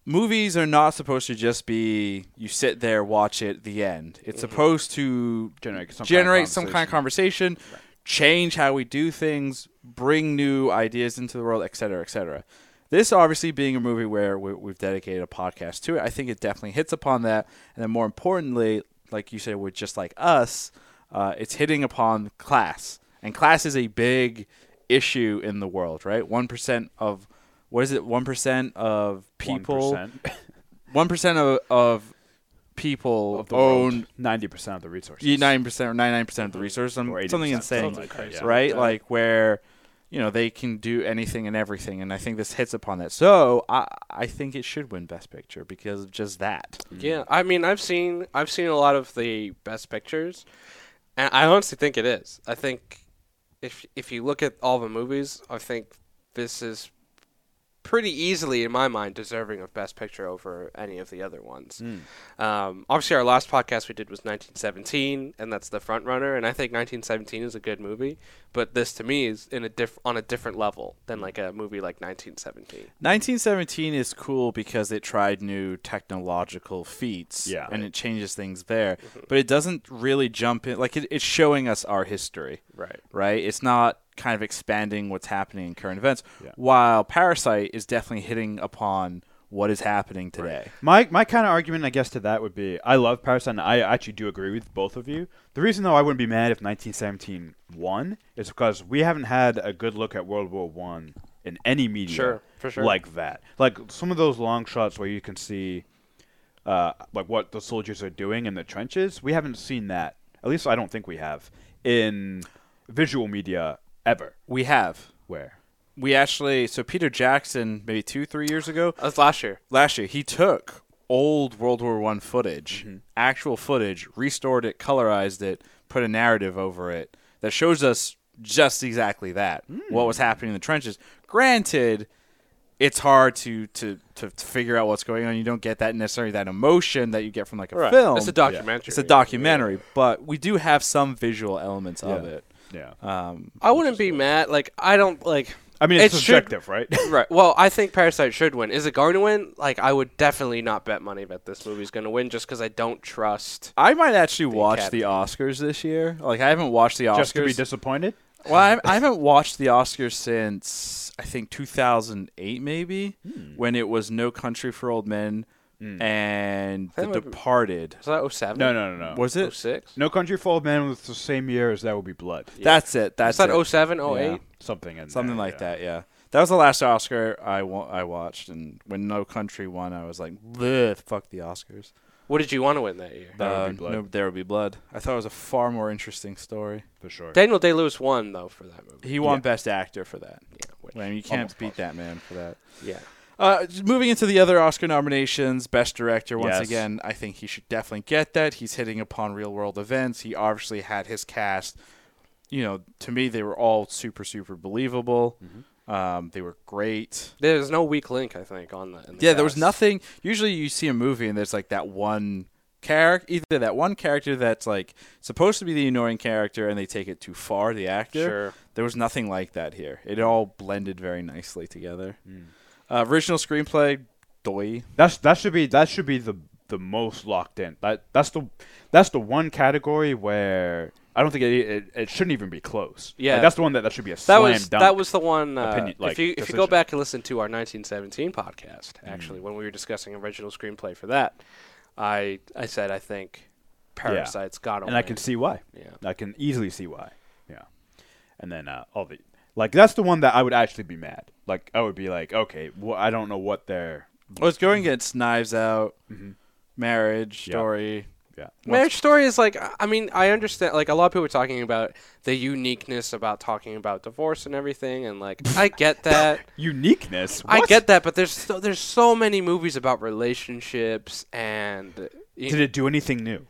S1: movies are not supposed to just be you sit there watch it the end. It's supposed to
S2: Mm-hmm. Generate some kind of
S1: generate some kind of conversation, change how we do things, bring new ideas into the world, et cetera, et cetera. This obviously being a movie where we, we've dedicated a podcast to it, I think it definitely hits upon that. And then more importantly, like you said, with just like us, uh, it's hitting upon class, and class is a big issue in the world, right? One percent of what is it? One percent of people
S2: 1%.
S1: one percent of, of people
S2: of the
S1: own
S2: ninety percent of the resources.
S1: nine percent or ninety nine percent of the resources, some-
S2: Or 80%,
S1: something insane,
S2: something like that, yeah.
S1: right?
S2: Yeah.
S1: Like where you know they can do anything and everything, and I think this hits upon that. So I I think it should win Best Picture because of just that.
S2: Mm.
S3: Yeah, I mean, I've seen I've seen a lot of the best pictures, and I honestly think it is. I think if if you look at all the movies, I think this is pretty easily, in my mind, deserving of best picture over any of the other ones.
S2: Hmm.
S3: Um, obviously, our last podcast we did was 1917, and that's the front runner. And I think 1917 is a good movie, but this to me is in a diff- on a different level than
S2: Hmm.
S3: like a movie like 1917.
S1: 1917 is cool because it tried new technological feats
S2: Yeah. Mm-hmm.
S1: and it changes things there, but it doesn't really jump in. Like, it, it's showing us our history,
S2: Right.
S1: right? It's not kind of expanding what's happening in current events,
S2: Yeah.
S1: while Parasite is definitely hitting upon what is happening today.
S2: My my kind of argument, I guess, to that would be I love Parasite. and I actually do agree with both of you. The reason, though, I wouldn't be mad if 1917 won is because we haven't had a good look at World War One in any media,
S3: Sure, for sure.
S2: like that. Like some of those long shots where you can see, uh, like what the soldiers are doing in the trenches. We haven't seen that. At least I don't think we have in visual media ever.
S1: We have.
S2: Where
S1: We actually, so Peter Jackson, maybe two, three years ago,
S3: That's last year.
S1: last year he took old world war one footage actual footage restored it colorized it put a narrative over it that shows us just exactly that what was happening in the trenches granted it's hard to, to, to figure out what's going on. You don't get that necessarily that emotion that you get from like a film.
S3: It's a documentary.
S1: It's a documentary, but we do have some visual elements of
S2: Yeah.
S1: it.
S2: yeah,
S3: Uh,
S1: Um,
S3: I wouldn't be mad. Like I don't like.
S2: I mean it's
S3: it should-
S2: subjective, right?
S3: right. Well, I think Parasite should win. Is it going to win? Like I would definitely not bet money that this movie's going to win just because I don't trust.
S1: I might actually watch
S3: Academy.
S1: the Oscars this year. Like I haven't watched the Oscars.
S2: Just to be disappointed.
S1: Well, I, I haven't watched the Oscars since I think 2008, maybe, when it was No Country for Old Men and The
S3: That might be- oh,
S1: Departed.
S3: Was that 07?
S2: No, no, no, no.
S1: Was it?
S3: 06?
S2: No Country for Old Men was the same year as That Will Be Blood.
S1: That's it. That's
S3: Was that
S1: it.
S3: 07, 08?
S1: Yeah.
S2: Something in
S1: Something
S2: there,
S1: like
S2: yeah.
S1: that. Yeah, that was the last Oscar I wa- I watched, and when No Country won, I was like, "Bleh, "Fuck the Oscars."
S3: What did you want to win that year?
S2: There Will
S1: Uh,
S2: Be Blood.
S1: No, there will be blood. I thought it was a far more interesting story.
S2: For sure.
S3: Daniel Day Lewis won though for that movie.
S1: He won Best Actor for that.
S3: Yeah. Which,
S1: I mean, you can't beat that man for that.
S3: yeah.
S1: Uh, just moving into the other Oscar nominations, Best Director once
S2: Yes.
S1: again. I think he should definitely get that. He's hitting upon real world events. He obviously had his cast. You know, to me, they were all super, super believable. Um, they were great.
S3: There's no weak link I think on the. In the
S1: Yeah, there was
S3: cast.
S1: nothing. Usually, you see a movie and there's like that one character, either that one character that's like supposed to be the annoying character, and they take it too far. The actor.
S3: Sure.
S1: There was nothing like that here. It all blended very nicely together.
S3: Hmm.
S1: Uh, original screenplay, doy.
S2: That's that should be that should be the the most locked in. That that's the that's the one category where I don't think it it, it shouldn't even be close. Like,
S3: Yeah.
S2: that's the one that, that should be a
S3: That
S2: slam
S3: was
S2: dunk.
S3: that was the one. Uh,
S2: Opinion- like,
S3: if you if you go
S2: decision. Mm.
S3: back and listen to our 1917 podcast, actually, when we were discussing original screenplay for that, I I said I think Parasite's got to
S2: and I can see why.
S3: Yeah.
S2: I can easily see why. Yeah. And then uh, all the like that's the one that I would actually be mad. Like I would be like, okay, well, I don't know what they're
S1: Well, it's going against Knives Out,
S3: Mm-hmm.
S1: Marriage
S2: Yeah.
S1: Story.
S2: yeah.
S3: Marriage Story is like I- I mean I understand like a lot of people are talking about the uniqueness about talking about divorce and everything and like I get that.
S2: uniqueness.
S3: I
S2: What?
S3: get that, but there's so, there's so many movies about relationships and you
S2: Did it do anything new?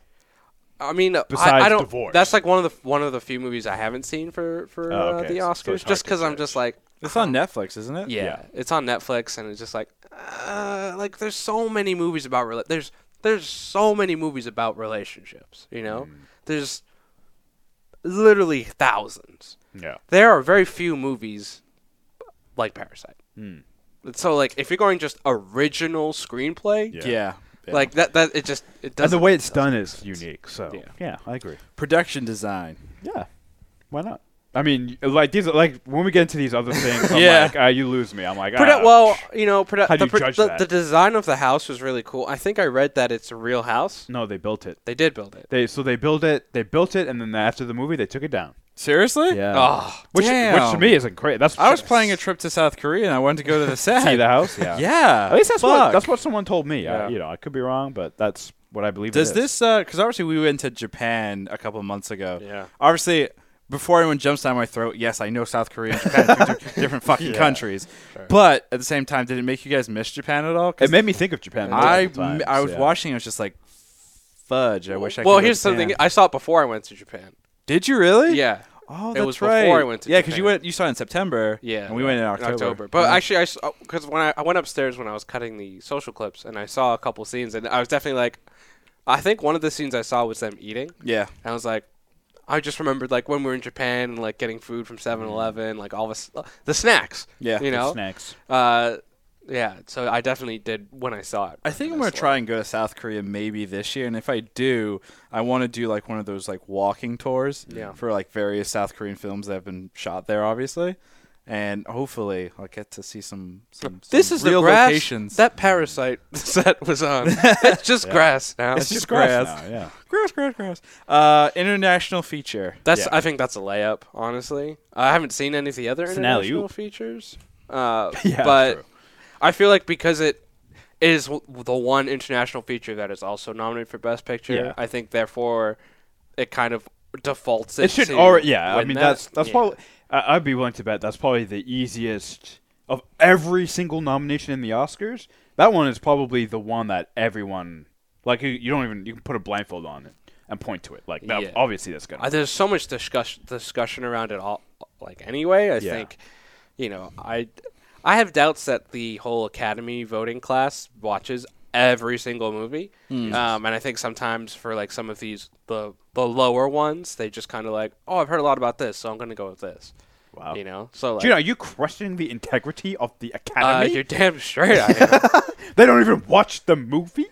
S3: I mean, I-
S2: Besides
S3: I, don't.
S2: divorce.
S3: That's like one of the one of the few movies I haven't seen for for
S2: Oh,
S3: uh,
S2: okay.
S3: the
S2: So it's
S3: Oscars,
S2: hard
S3: just
S2: to
S3: because I'm
S2: judge.
S3: just like,
S1: It's on Netflix, isn't it?
S3: yeah, it's on Netflix, and it's just like, uh, like there's so many movies about rela- there's there's so many movies about relationships, you know,
S2: Mm.
S3: there's literally thousands.
S2: Yeah.
S3: There are very few movies like Parasite.
S2: Mm.
S3: So like, if you're going just original screenplay,
S2: Yeah.
S1: Yeah.
S3: like that that it just it
S2: And
S3: doesn't.
S2: the way it's done is unique. So
S3: Yeah.
S2: I agree.
S1: production design.
S2: Yeah, why not? I mean, y- like these, are- like when we get into these other things, I'm
S1: Yeah.
S2: like, ah, you lose me. I'm like,
S3: Produ-
S2: ah,
S3: well, you know, produ-
S2: How do
S3: the,
S2: you
S3: pro-
S2: judge
S3: the,
S2: that?
S3: the design of the house was really cool. I think I read that it's a real house.
S2: no, they built it.
S3: They did build it.
S2: They so they built it. They built it, and then after the movie, they took it down.
S1: Seriously?
S3: Oh,
S2: which which to
S1: damn.
S2: me isn't great. That's
S1: I was playing a trip to South Korea and I wanted to go to the set.
S2: see the house. Yeah,
S1: Yeah.
S2: At least that's
S1: Fuck.
S2: what that's what someone told me. I-
S3: Yeah.
S2: you know, I could be wrong, but that's what I believe. it
S1: Does this
S2: is.
S1: because obviously we went to Japan a couple months ago.
S3: Yeah.
S1: Obviously, before anyone jumps down my throat, yes, I know South Korea and Japan are two di- different fucking countries. But at the same time, did it make you guys miss Japan at all? 'Cause
S2: It made me think of Japan.
S1: I
S2: multiple times,
S1: I was
S2: yeah.
S1: watching. I was just like, fudge. I wish I.
S3: well,
S1: could go
S3: here's
S1: to
S3: something
S1: Japan.
S3: I saw it before I went to Japan.
S1: Did you really?
S3: Yeah.
S1: Oh,
S3: It
S1: that's
S3: was before
S1: right.
S3: I went to
S1: yeah, because you
S3: Japan.
S1: went. You saw it in September.
S3: Yeah.
S1: And we went in October.
S3: But
S1: Mm-hmm.
S3: actually, I because when I, I went upstairs when I was cutting the social clips and I saw a couple scenes and I was definitely like, I think one of the scenes I saw was them eating.
S1: Yeah.
S3: And I was like, I just remembered like when we were in Japan and like getting food from 7-Eleven, like all this the snacks.
S1: Mm-hmm. Yeah,
S3: You
S1: the
S3: know.
S2: snacks.
S3: Uh, yeah. So I definitely did when I saw it.
S1: I think I'm
S3: That's
S1: gonna try and go to South Korea maybe this year, and if I do, I want to do like one of those like walking tours
S3: Yeah.
S1: for like various South Korean films that have been shot there, obviously, and hopefully I'll get to see some. some
S3: This
S1: some
S3: is
S1: real
S3: the grass
S1: locations.
S3: that parasite set was on. it's just grass now.
S1: it's, just grass.
S2: Grass now, yeah.
S1: grass, grass, grass. Uh, international feature.
S3: That's.
S2: Yeah.
S3: I think that's a layup. Honestly, I haven't seen any of the other
S2: It's an alley-oop.
S3: international features. Uh,
S2: Yeah,
S3: but
S2: true.
S3: I feel like because it is w- the one international feature that is also nominated for Best Picture,
S2: Yeah.
S3: I think therefore it kind of defaults it.
S2: It should
S3: to
S2: already. Yeah, I
S3: win
S2: mean
S3: that.
S2: that's that's
S3: Yeah.
S2: probably. I, I'd be willing to bet that's probably the easiest of every single nomination in the Oscars. That one is probably the one that everyone like. You, you don't even you can put a blindfold on it and point to it. Like that,
S3: Yeah.
S2: obviously that's gonna.
S3: Uh, there's so much discuss- discussion around it all. Like anyway, I
S2: Yeah.
S3: think, you know, I, I have doubts that the whole Academy voting class watches every single movie.
S2: Hmm.
S3: Um, and I think sometimes for like some of these the the lower ones, they just kind of like, oh, I've heard a lot about this, so I'm gonna go with this.
S2: Wow.
S3: You know, so like,
S2: Oh. Dude, are you questioning the integrity of the
S3: uh,
S2: Academy?
S3: you're damn straight. I am.
S2: they don't even watch the movie.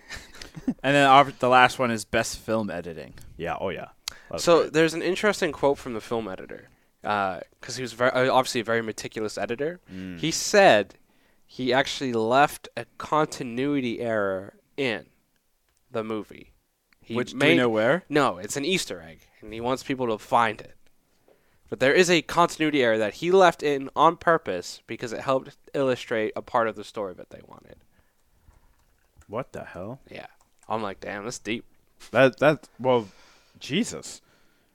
S1: And then ob- the last one is best film editing.
S2: Yeah. Oh yeah. That's
S3: So
S2: right.
S3: there's an interesting quote from the film editor, because he was very, uh, obviously a very meticulous editor.
S1: Mm.
S3: He said he actually left a continuity error in the movie. He
S1: Which do we know where?
S3: No, it's an Easter egg, and he wants people to find it. But there is a continuity error that he left in on purpose because it helped illustrate a part of the story that they wanted.
S2: what the hell?
S3: Yeah, I'm like, damn, that's deep.
S2: That that well, Jesus.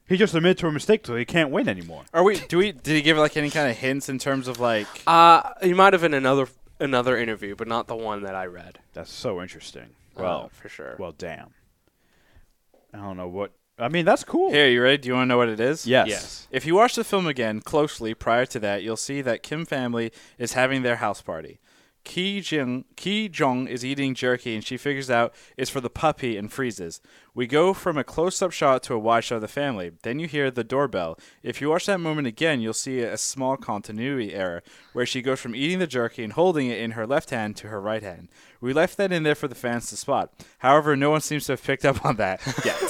S2: He just admitted to a mistake, so he can't win anymore.
S1: Are we? Do we? Did he give like any kind of hints in terms of like?
S3: Uh, he might have in another another interview, but not the one that I read.
S2: That's so interesting.
S3: Uh,
S2: Well,
S3: for sure.
S2: Well, damn. I don't know what. I mean, that's cool.
S1: Here, you ready? Do you want to know what it is?
S2: Yes.
S3: Yes.
S1: If you watch the film again closely prior to that, you'll see that Kim family is having their house party. Ki Jung Ki Jong is eating jerky and she figures out it's for the puppy and freezes. We go from a close up shot to a wide shot of the family. Then you hear the doorbell. If you watch that moment again, you'll see a small continuity error where she goes from eating the jerky and holding it in her left hand to her right hand. We left that in there for the fans to spot. However, no one seems to have picked up on that yet.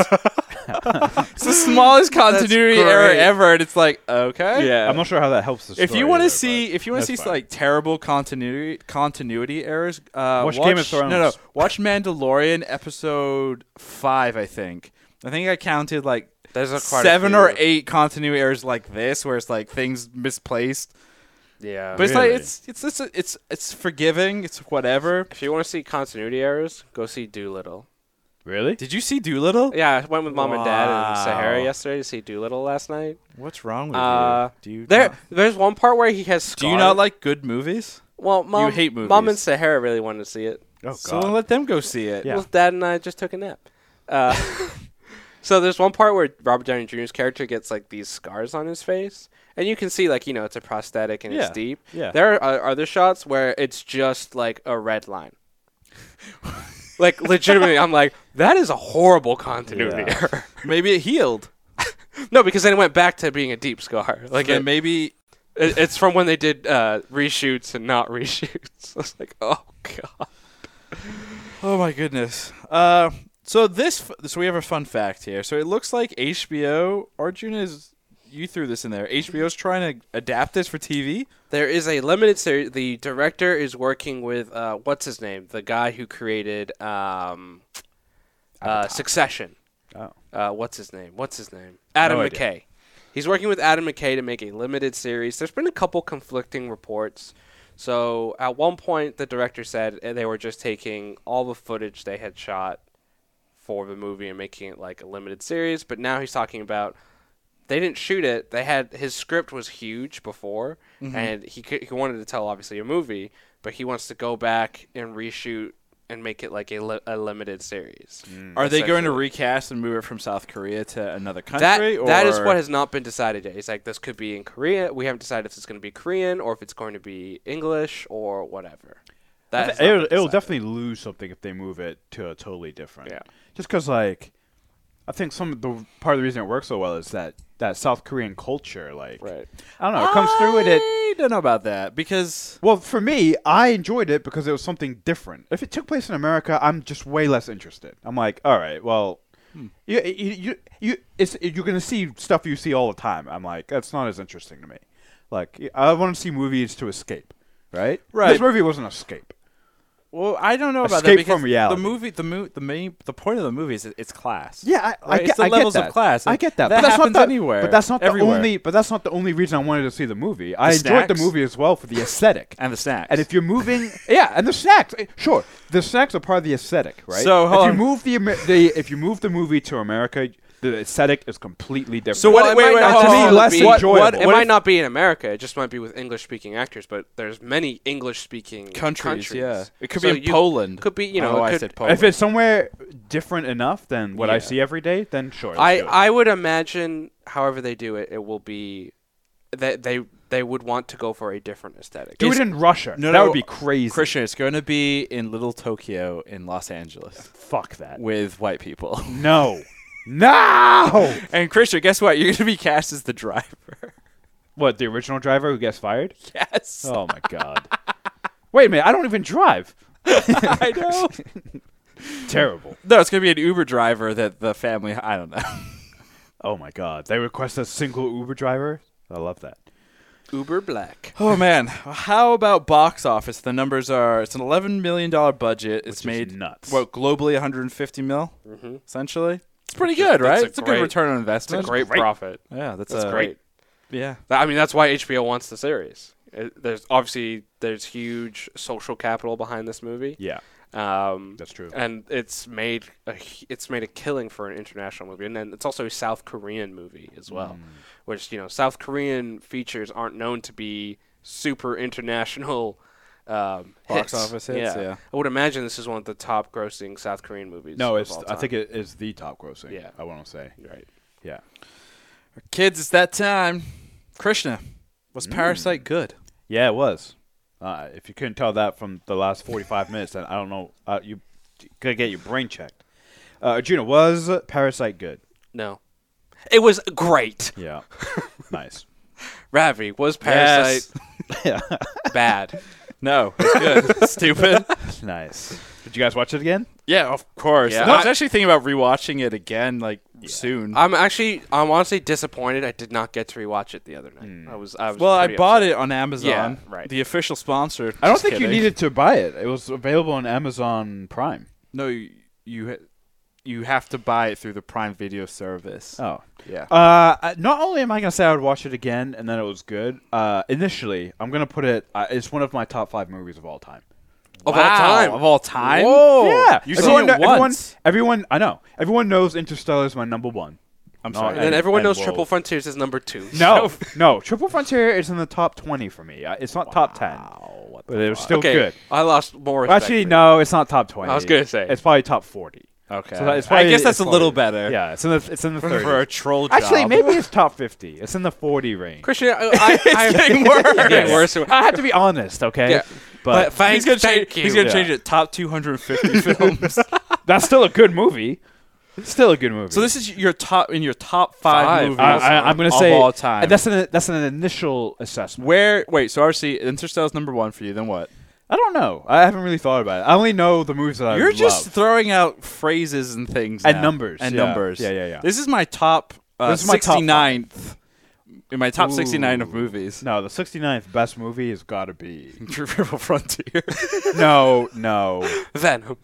S1: it's the smallest continuity error
S3: great.
S1: ever, and it's like, okay.
S3: Yeah.
S2: I'm not sure how that helps the story.
S1: If you want
S2: either,
S1: to
S2: but
S1: see, if you want
S2: that's
S1: to see
S2: fine.
S1: like terrible continuity continuity errors, uh,
S2: Watch Game of
S1: No, no,
S2: Thrones.
S1: watch Mandalorian episode five. I think. I think I counted like
S3: There's a quite a
S1: seven or
S3: few.
S1: eight continuity errors like this, where it's like things misplaced.
S3: Yeah.
S1: But it's
S2: Really?
S1: like it's it's it's it's it's forgiving. It's whatever.
S3: if you want to see continuity errors, go see Doolittle.
S2: really,
S1: Did you see Doolittle?
S3: Yeah, I went with mom and dad in
S1: Wow.
S3: Sahara yesterday to see Doolittle last night.
S1: What's wrong with
S3: Uh,
S1: you? Do you
S3: there,
S1: not,
S3: there's one part where he has.
S1: do
S3: Scar.
S1: you not like good movies?
S3: Well, mom,
S1: hate
S3: Mom and
S1: movies.
S3: Sahara really wanted to see it.
S2: oh god,
S1: So then let them go see it.
S2: Yeah.
S3: Well, dad and I just took a nap. Uh, so there's one part where Robert Downey Jr.'s character gets like these scars on his face, and you can see like you know it's a prosthetic and
S2: Yeah,
S3: it's deep.
S2: yeah.
S3: There are are other shots where it's just like a red line. like legitimately, I'm like that is a horrible continuity
S2: Yeah.
S3: error.
S1: Maybe it healed.
S3: no, because then it went back to being a deep scar. Like
S1: Then
S3: it,
S1: maybe
S3: it- it's from when they did uh, reshoots and not reshoots. I was like, oh god.
S1: Oh my goodness. Uh, so this, f- so we have a fun fact here. So it looks like HBO. Arjuna is you threw this in there. HBO's trying to adapt this for TV.
S2: Mm-hmm.
S3: There is a limited series. The director is working with uh, what's his name, the guy who created um, uh, Succession.
S2: Oh.
S3: Uh, what's his name? What's his name? Adam
S2: No
S3: McKay.
S2: idea.
S3: He's working with Adam McKay to make a limited series. There's been a couple conflicting reports. So eh, at one point, the director said uh, they were just taking all the footage they had shot for the movie and making it like a limited series. But now he's talking about they didn't shoot it. They had his script was huge before, and he could, he wanted to tell obviously a movie, but he wants to go back and reshoot and make it like a, li- a limited series.
S1: Are they going to
S3: essentially.
S1: recast and move it from South Korea to another country?
S3: That
S1: or
S3: that is what has not been decided yet. It's like this could be in Korea. We haven't decided if it's going to be Korean or if it's going to be English or whatever. That has not
S2: it'll,
S3: been
S2: it'll
S3: decided.
S2: definitely lose something if they move it to a totally different.
S3: Yeah.
S2: Just because, like, I think some of the part of the reason it works so well is that that South Korean culture, like,
S3: Right.
S2: I don't know, it comes through with it.
S1: I don't know about that because
S2: Well, for me, I enjoyed it because it was something different. If it took place in America, I'm just way less interested. I'm like, all right, well, you, you, you, you, it's, you're gonna see stuff you see all the time. I'm like, that's not as interesting to me. Like, I want to see movies to escape, right?
S1: Right.
S2: This movie was an escape.
S1: well, I don't know about that
S2: Escape
S1: because
S2: from reality.
S1: the movie, the mo- the main, the point of the movie is it- it's class.
S2: Yeah, I, I
S1: Right?
S2: get,
S1: It's the
S2: I get
S1: levels of
S2: that.
S1: class.
S2: I get that.
S1: That
S2: but that's
S1: happens
S2: not the,
S1: anywhere,
S2: But that's not
S1: everywhere.
S2: the only. But that's not the only reason I wanted to see the movie. I enjoyed the
S1: snacks?
S2: movie as well for the aesthetic.
S1: and the snacks.
S2: And if you're moving, yeah, and the snacks, eh, sure, the snacks are part of the aesthetic, right?
S1: So,
S2: if
S1: hold
S2: you
S1: on.
S2: move the, Amer- the if you move the movie to America, the aesthetic is completely different.
S1: So what-
S3: it
S1: wait,
S3: might
S1: wait,
S3: not
S1: hold
S3: just
S1: on, hold on.
S2: Less
S3: be-
S2: enjoyable.
S3: What, it
S2: What
S3: might
S2: if-
S3: not be in America. It just might be with English-speaking actors. But there's many English-speaking
S1: Countries, yeah. It could
S3: So
S1: be in
S3: you-
S1: Poland.
S3: Could be you know.
S1: Oh,
S3: it
S1: I
S3: could-
S1: said Poland.
S2: If it's somewhere different enough than what I
S1: Yeah.
S2: see every day, then sure. let's
S3: I
S2: do it.
S3: I would imagine, however they do it, it will be that they they would want to go for a different aesthetic.
S2: do it
S1: is-
S2: in Russia.
S1: no,
S2: that
S1: no,
S2: would be crazy.
S1: Christian, it's going to be in Little Tokyo in Los Angeles
S2: Fuck that.
S1: with white people.
S2: No, no.
S1: and Christian, guess what? You're going to be cast as the driver.
S2: What the original driver who gets fired?
S1: yes,
S2: Oh my god. Wait a minute, I don't even drive.
S1: I know.
S2: Terrible.
S1: No, it's going to be an Uber driver that the family. I don't know.
S2: Oh my god. They request a single Uber driver? I love that.
S3: Uber Black.
S1: Oh man, how about box office? The numbers are it's an 11 million dollar budget. It's made
S2: nuts.
S1: What globally 150 mil, essentially. It's pretty good, right?
S3: Mm-hmm. that's a
S1: it's a
S3: great-
S1: good return on investment.
S3: Great,
S2: great.
S3: profit.
S1: Yeah, that's,
S3: That's
S1: a,
S3: great.
S1: Yeah,
S3: Th- I mean, that's why HBO wants the series. It, there's obviously there's huge social capital behind this movie.
S2: Yeah.
S3: Um,
S2: That's true.
S3: And it's made a hu- it's made a killing for an international movie, and then it's also a South Korean movie as well,
S1: Mm.
S3: which you know South Korean features aren't known to be super international. Um,
S1: Box office hits, yeah.
S3: I would imagine this is one of the top grossing South Korean movies.
S2: No,
S3: of
S2: it's
S3: all
S2: I
S3: time.
S2: think it is the top grossing.
S3: Yeah.
S2: I want to say.
S3: right.
S2: Yeah.
S1: kids, it's that time. Krishna, was Parasite good?
S2: Yeah, it was. Uh, if you couldn't tell that from the last 45 minutes, then I don't know. Uh, you got to get your brain checked. Uh, Arjuna, was Parasite good?
S3: No, it was great.
S2: Yeah. nice.
S3: Ravi was Parasite
S2: Yeah.
S3: bad.
S1: No, it's good. Stupid.
S2: nice. Did you guys watch it again?
S1: Yeah, of course.
S3: Yeah.
S1: And I was
S3: I-
S1: actually thinking about rewatching it again, like soon.
S3: I'm actually, I'm honestly disappointed. I did not get to rewatch it the other night. I was, I was.
S1: Mm. well, I
S3: pretty
S1: bought
S3: upset.
S1: it on Amazon.
S3: Yeah, right.
S1: The official sponsor.
S2: I don't
S1: Just
S2: think
S1: kidding.
S2: you needed to buy it. It was available on Amazon Prime.
S1: No, you you, ha- you have to buy it through the Prime Video service.
S2: Oh.
S1: yeah.
S2: Uh, I- not only am I gonna say I would watch it again and then it was good. Uh, initially, I'm gonna put it. Uh, it's one of my top five movies of all time.
S3: Of all time.
S1: Of all time.
S3: Whoa.
S1: Oh,
S2: yeah,
S1: You
S2: everyone,
S1: seen it
S2: kno- everyone,
S1: once.
S2: everyone, I know. Everyone knows Interstellar is my number one.
S1: I'm
S2: No,
S1: sorry.
S3: And then everyone
S2: and
S3: knows
S2: Wolf.
S3: Triple Frontiers is number two.
S2: No, no, Triple Frontier is in the top twenty for me. Uh, It's not top ten, but it was still
S3: okay,
S2: good.
S3: I lost more. Respect
S2: Actually,
S3: for
S2: no, it's not top twenty.
S3: I was gonna say.
S2: it's probably top forty.
S1: Okay.
S2: So that- it's
S1: I
S2: probably-
S1: guess that's
S2: it's
S1: a little
S2: probably-
S1: better.
S2: Yeah, it's in the it's in the
S1: For, for a
S2: thirty.
S1: troll job.
S2: Actually, maybe it's top fifty. It's in the forty range.
S3: you. Christian. I, I, I, it's getting worse.
S2: Yes.
S3: worse.
S2: I have to be honest, okay?
S3: Yeah.
S2: But,
S1: he's gonna
S3: thank
S1: change.
S3: you.
S1: He's gonna
S2: Yeah.
S1: change it. Top 250 films.
S2: that's still a good movie. Still a good movie.
S1: so this is your top in your top five,
S3: Five.
S1: movies.
S2: I, I, I'm gonna
S1: of
S2: say
S1: all time.
S2: That's an that's an initial assessment.
S1: Where? Wait. So RC Interstellar's number one for you. Then what?
S2: I don't know. I haven't really thought about it. I only know the movies that I
S1: You're just
S2: Uh, love.
S1: throwing out phrases and things
S2: And
S1: now.
S2: numbers,
S1: and
S2: yeah.
S1: numbers.
S2: Yeah, yeah, yeah.
S1: This is my top. Uh,
S2: This is my top five.
S1: 69th. in my top 69 of
S2: Ooh.
S1: movies.
S2: no, the 69th best movie has got to be
S1: Triple Frontier.
S2: no, no,
S3: Venom.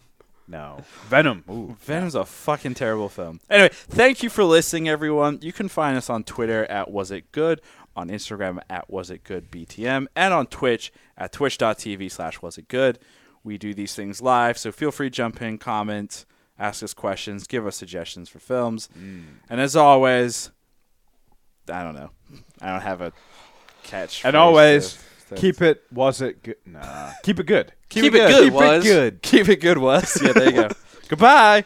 S2: no. Venom. Ooh.
S1: Venom's a fucking terrible film. Anyway, thank you for listening, everyone. You can find us on Twitter at Was It Good, on Instagram at Was It Good BTM, and on Twitch at twitch.tv slash Was It Good. We do these things live, so feel free to jump in, comment, ask us questions, give us suggestions for films. And as always, I don't know. I don't have a catch.
S2: And always, keep it. Was it good? Nah. keep it good.
S3: Keep it good,
S1: Keep
S3: was.
S1: it good. Keep it good, was. Yeah, there you go. Goodbye.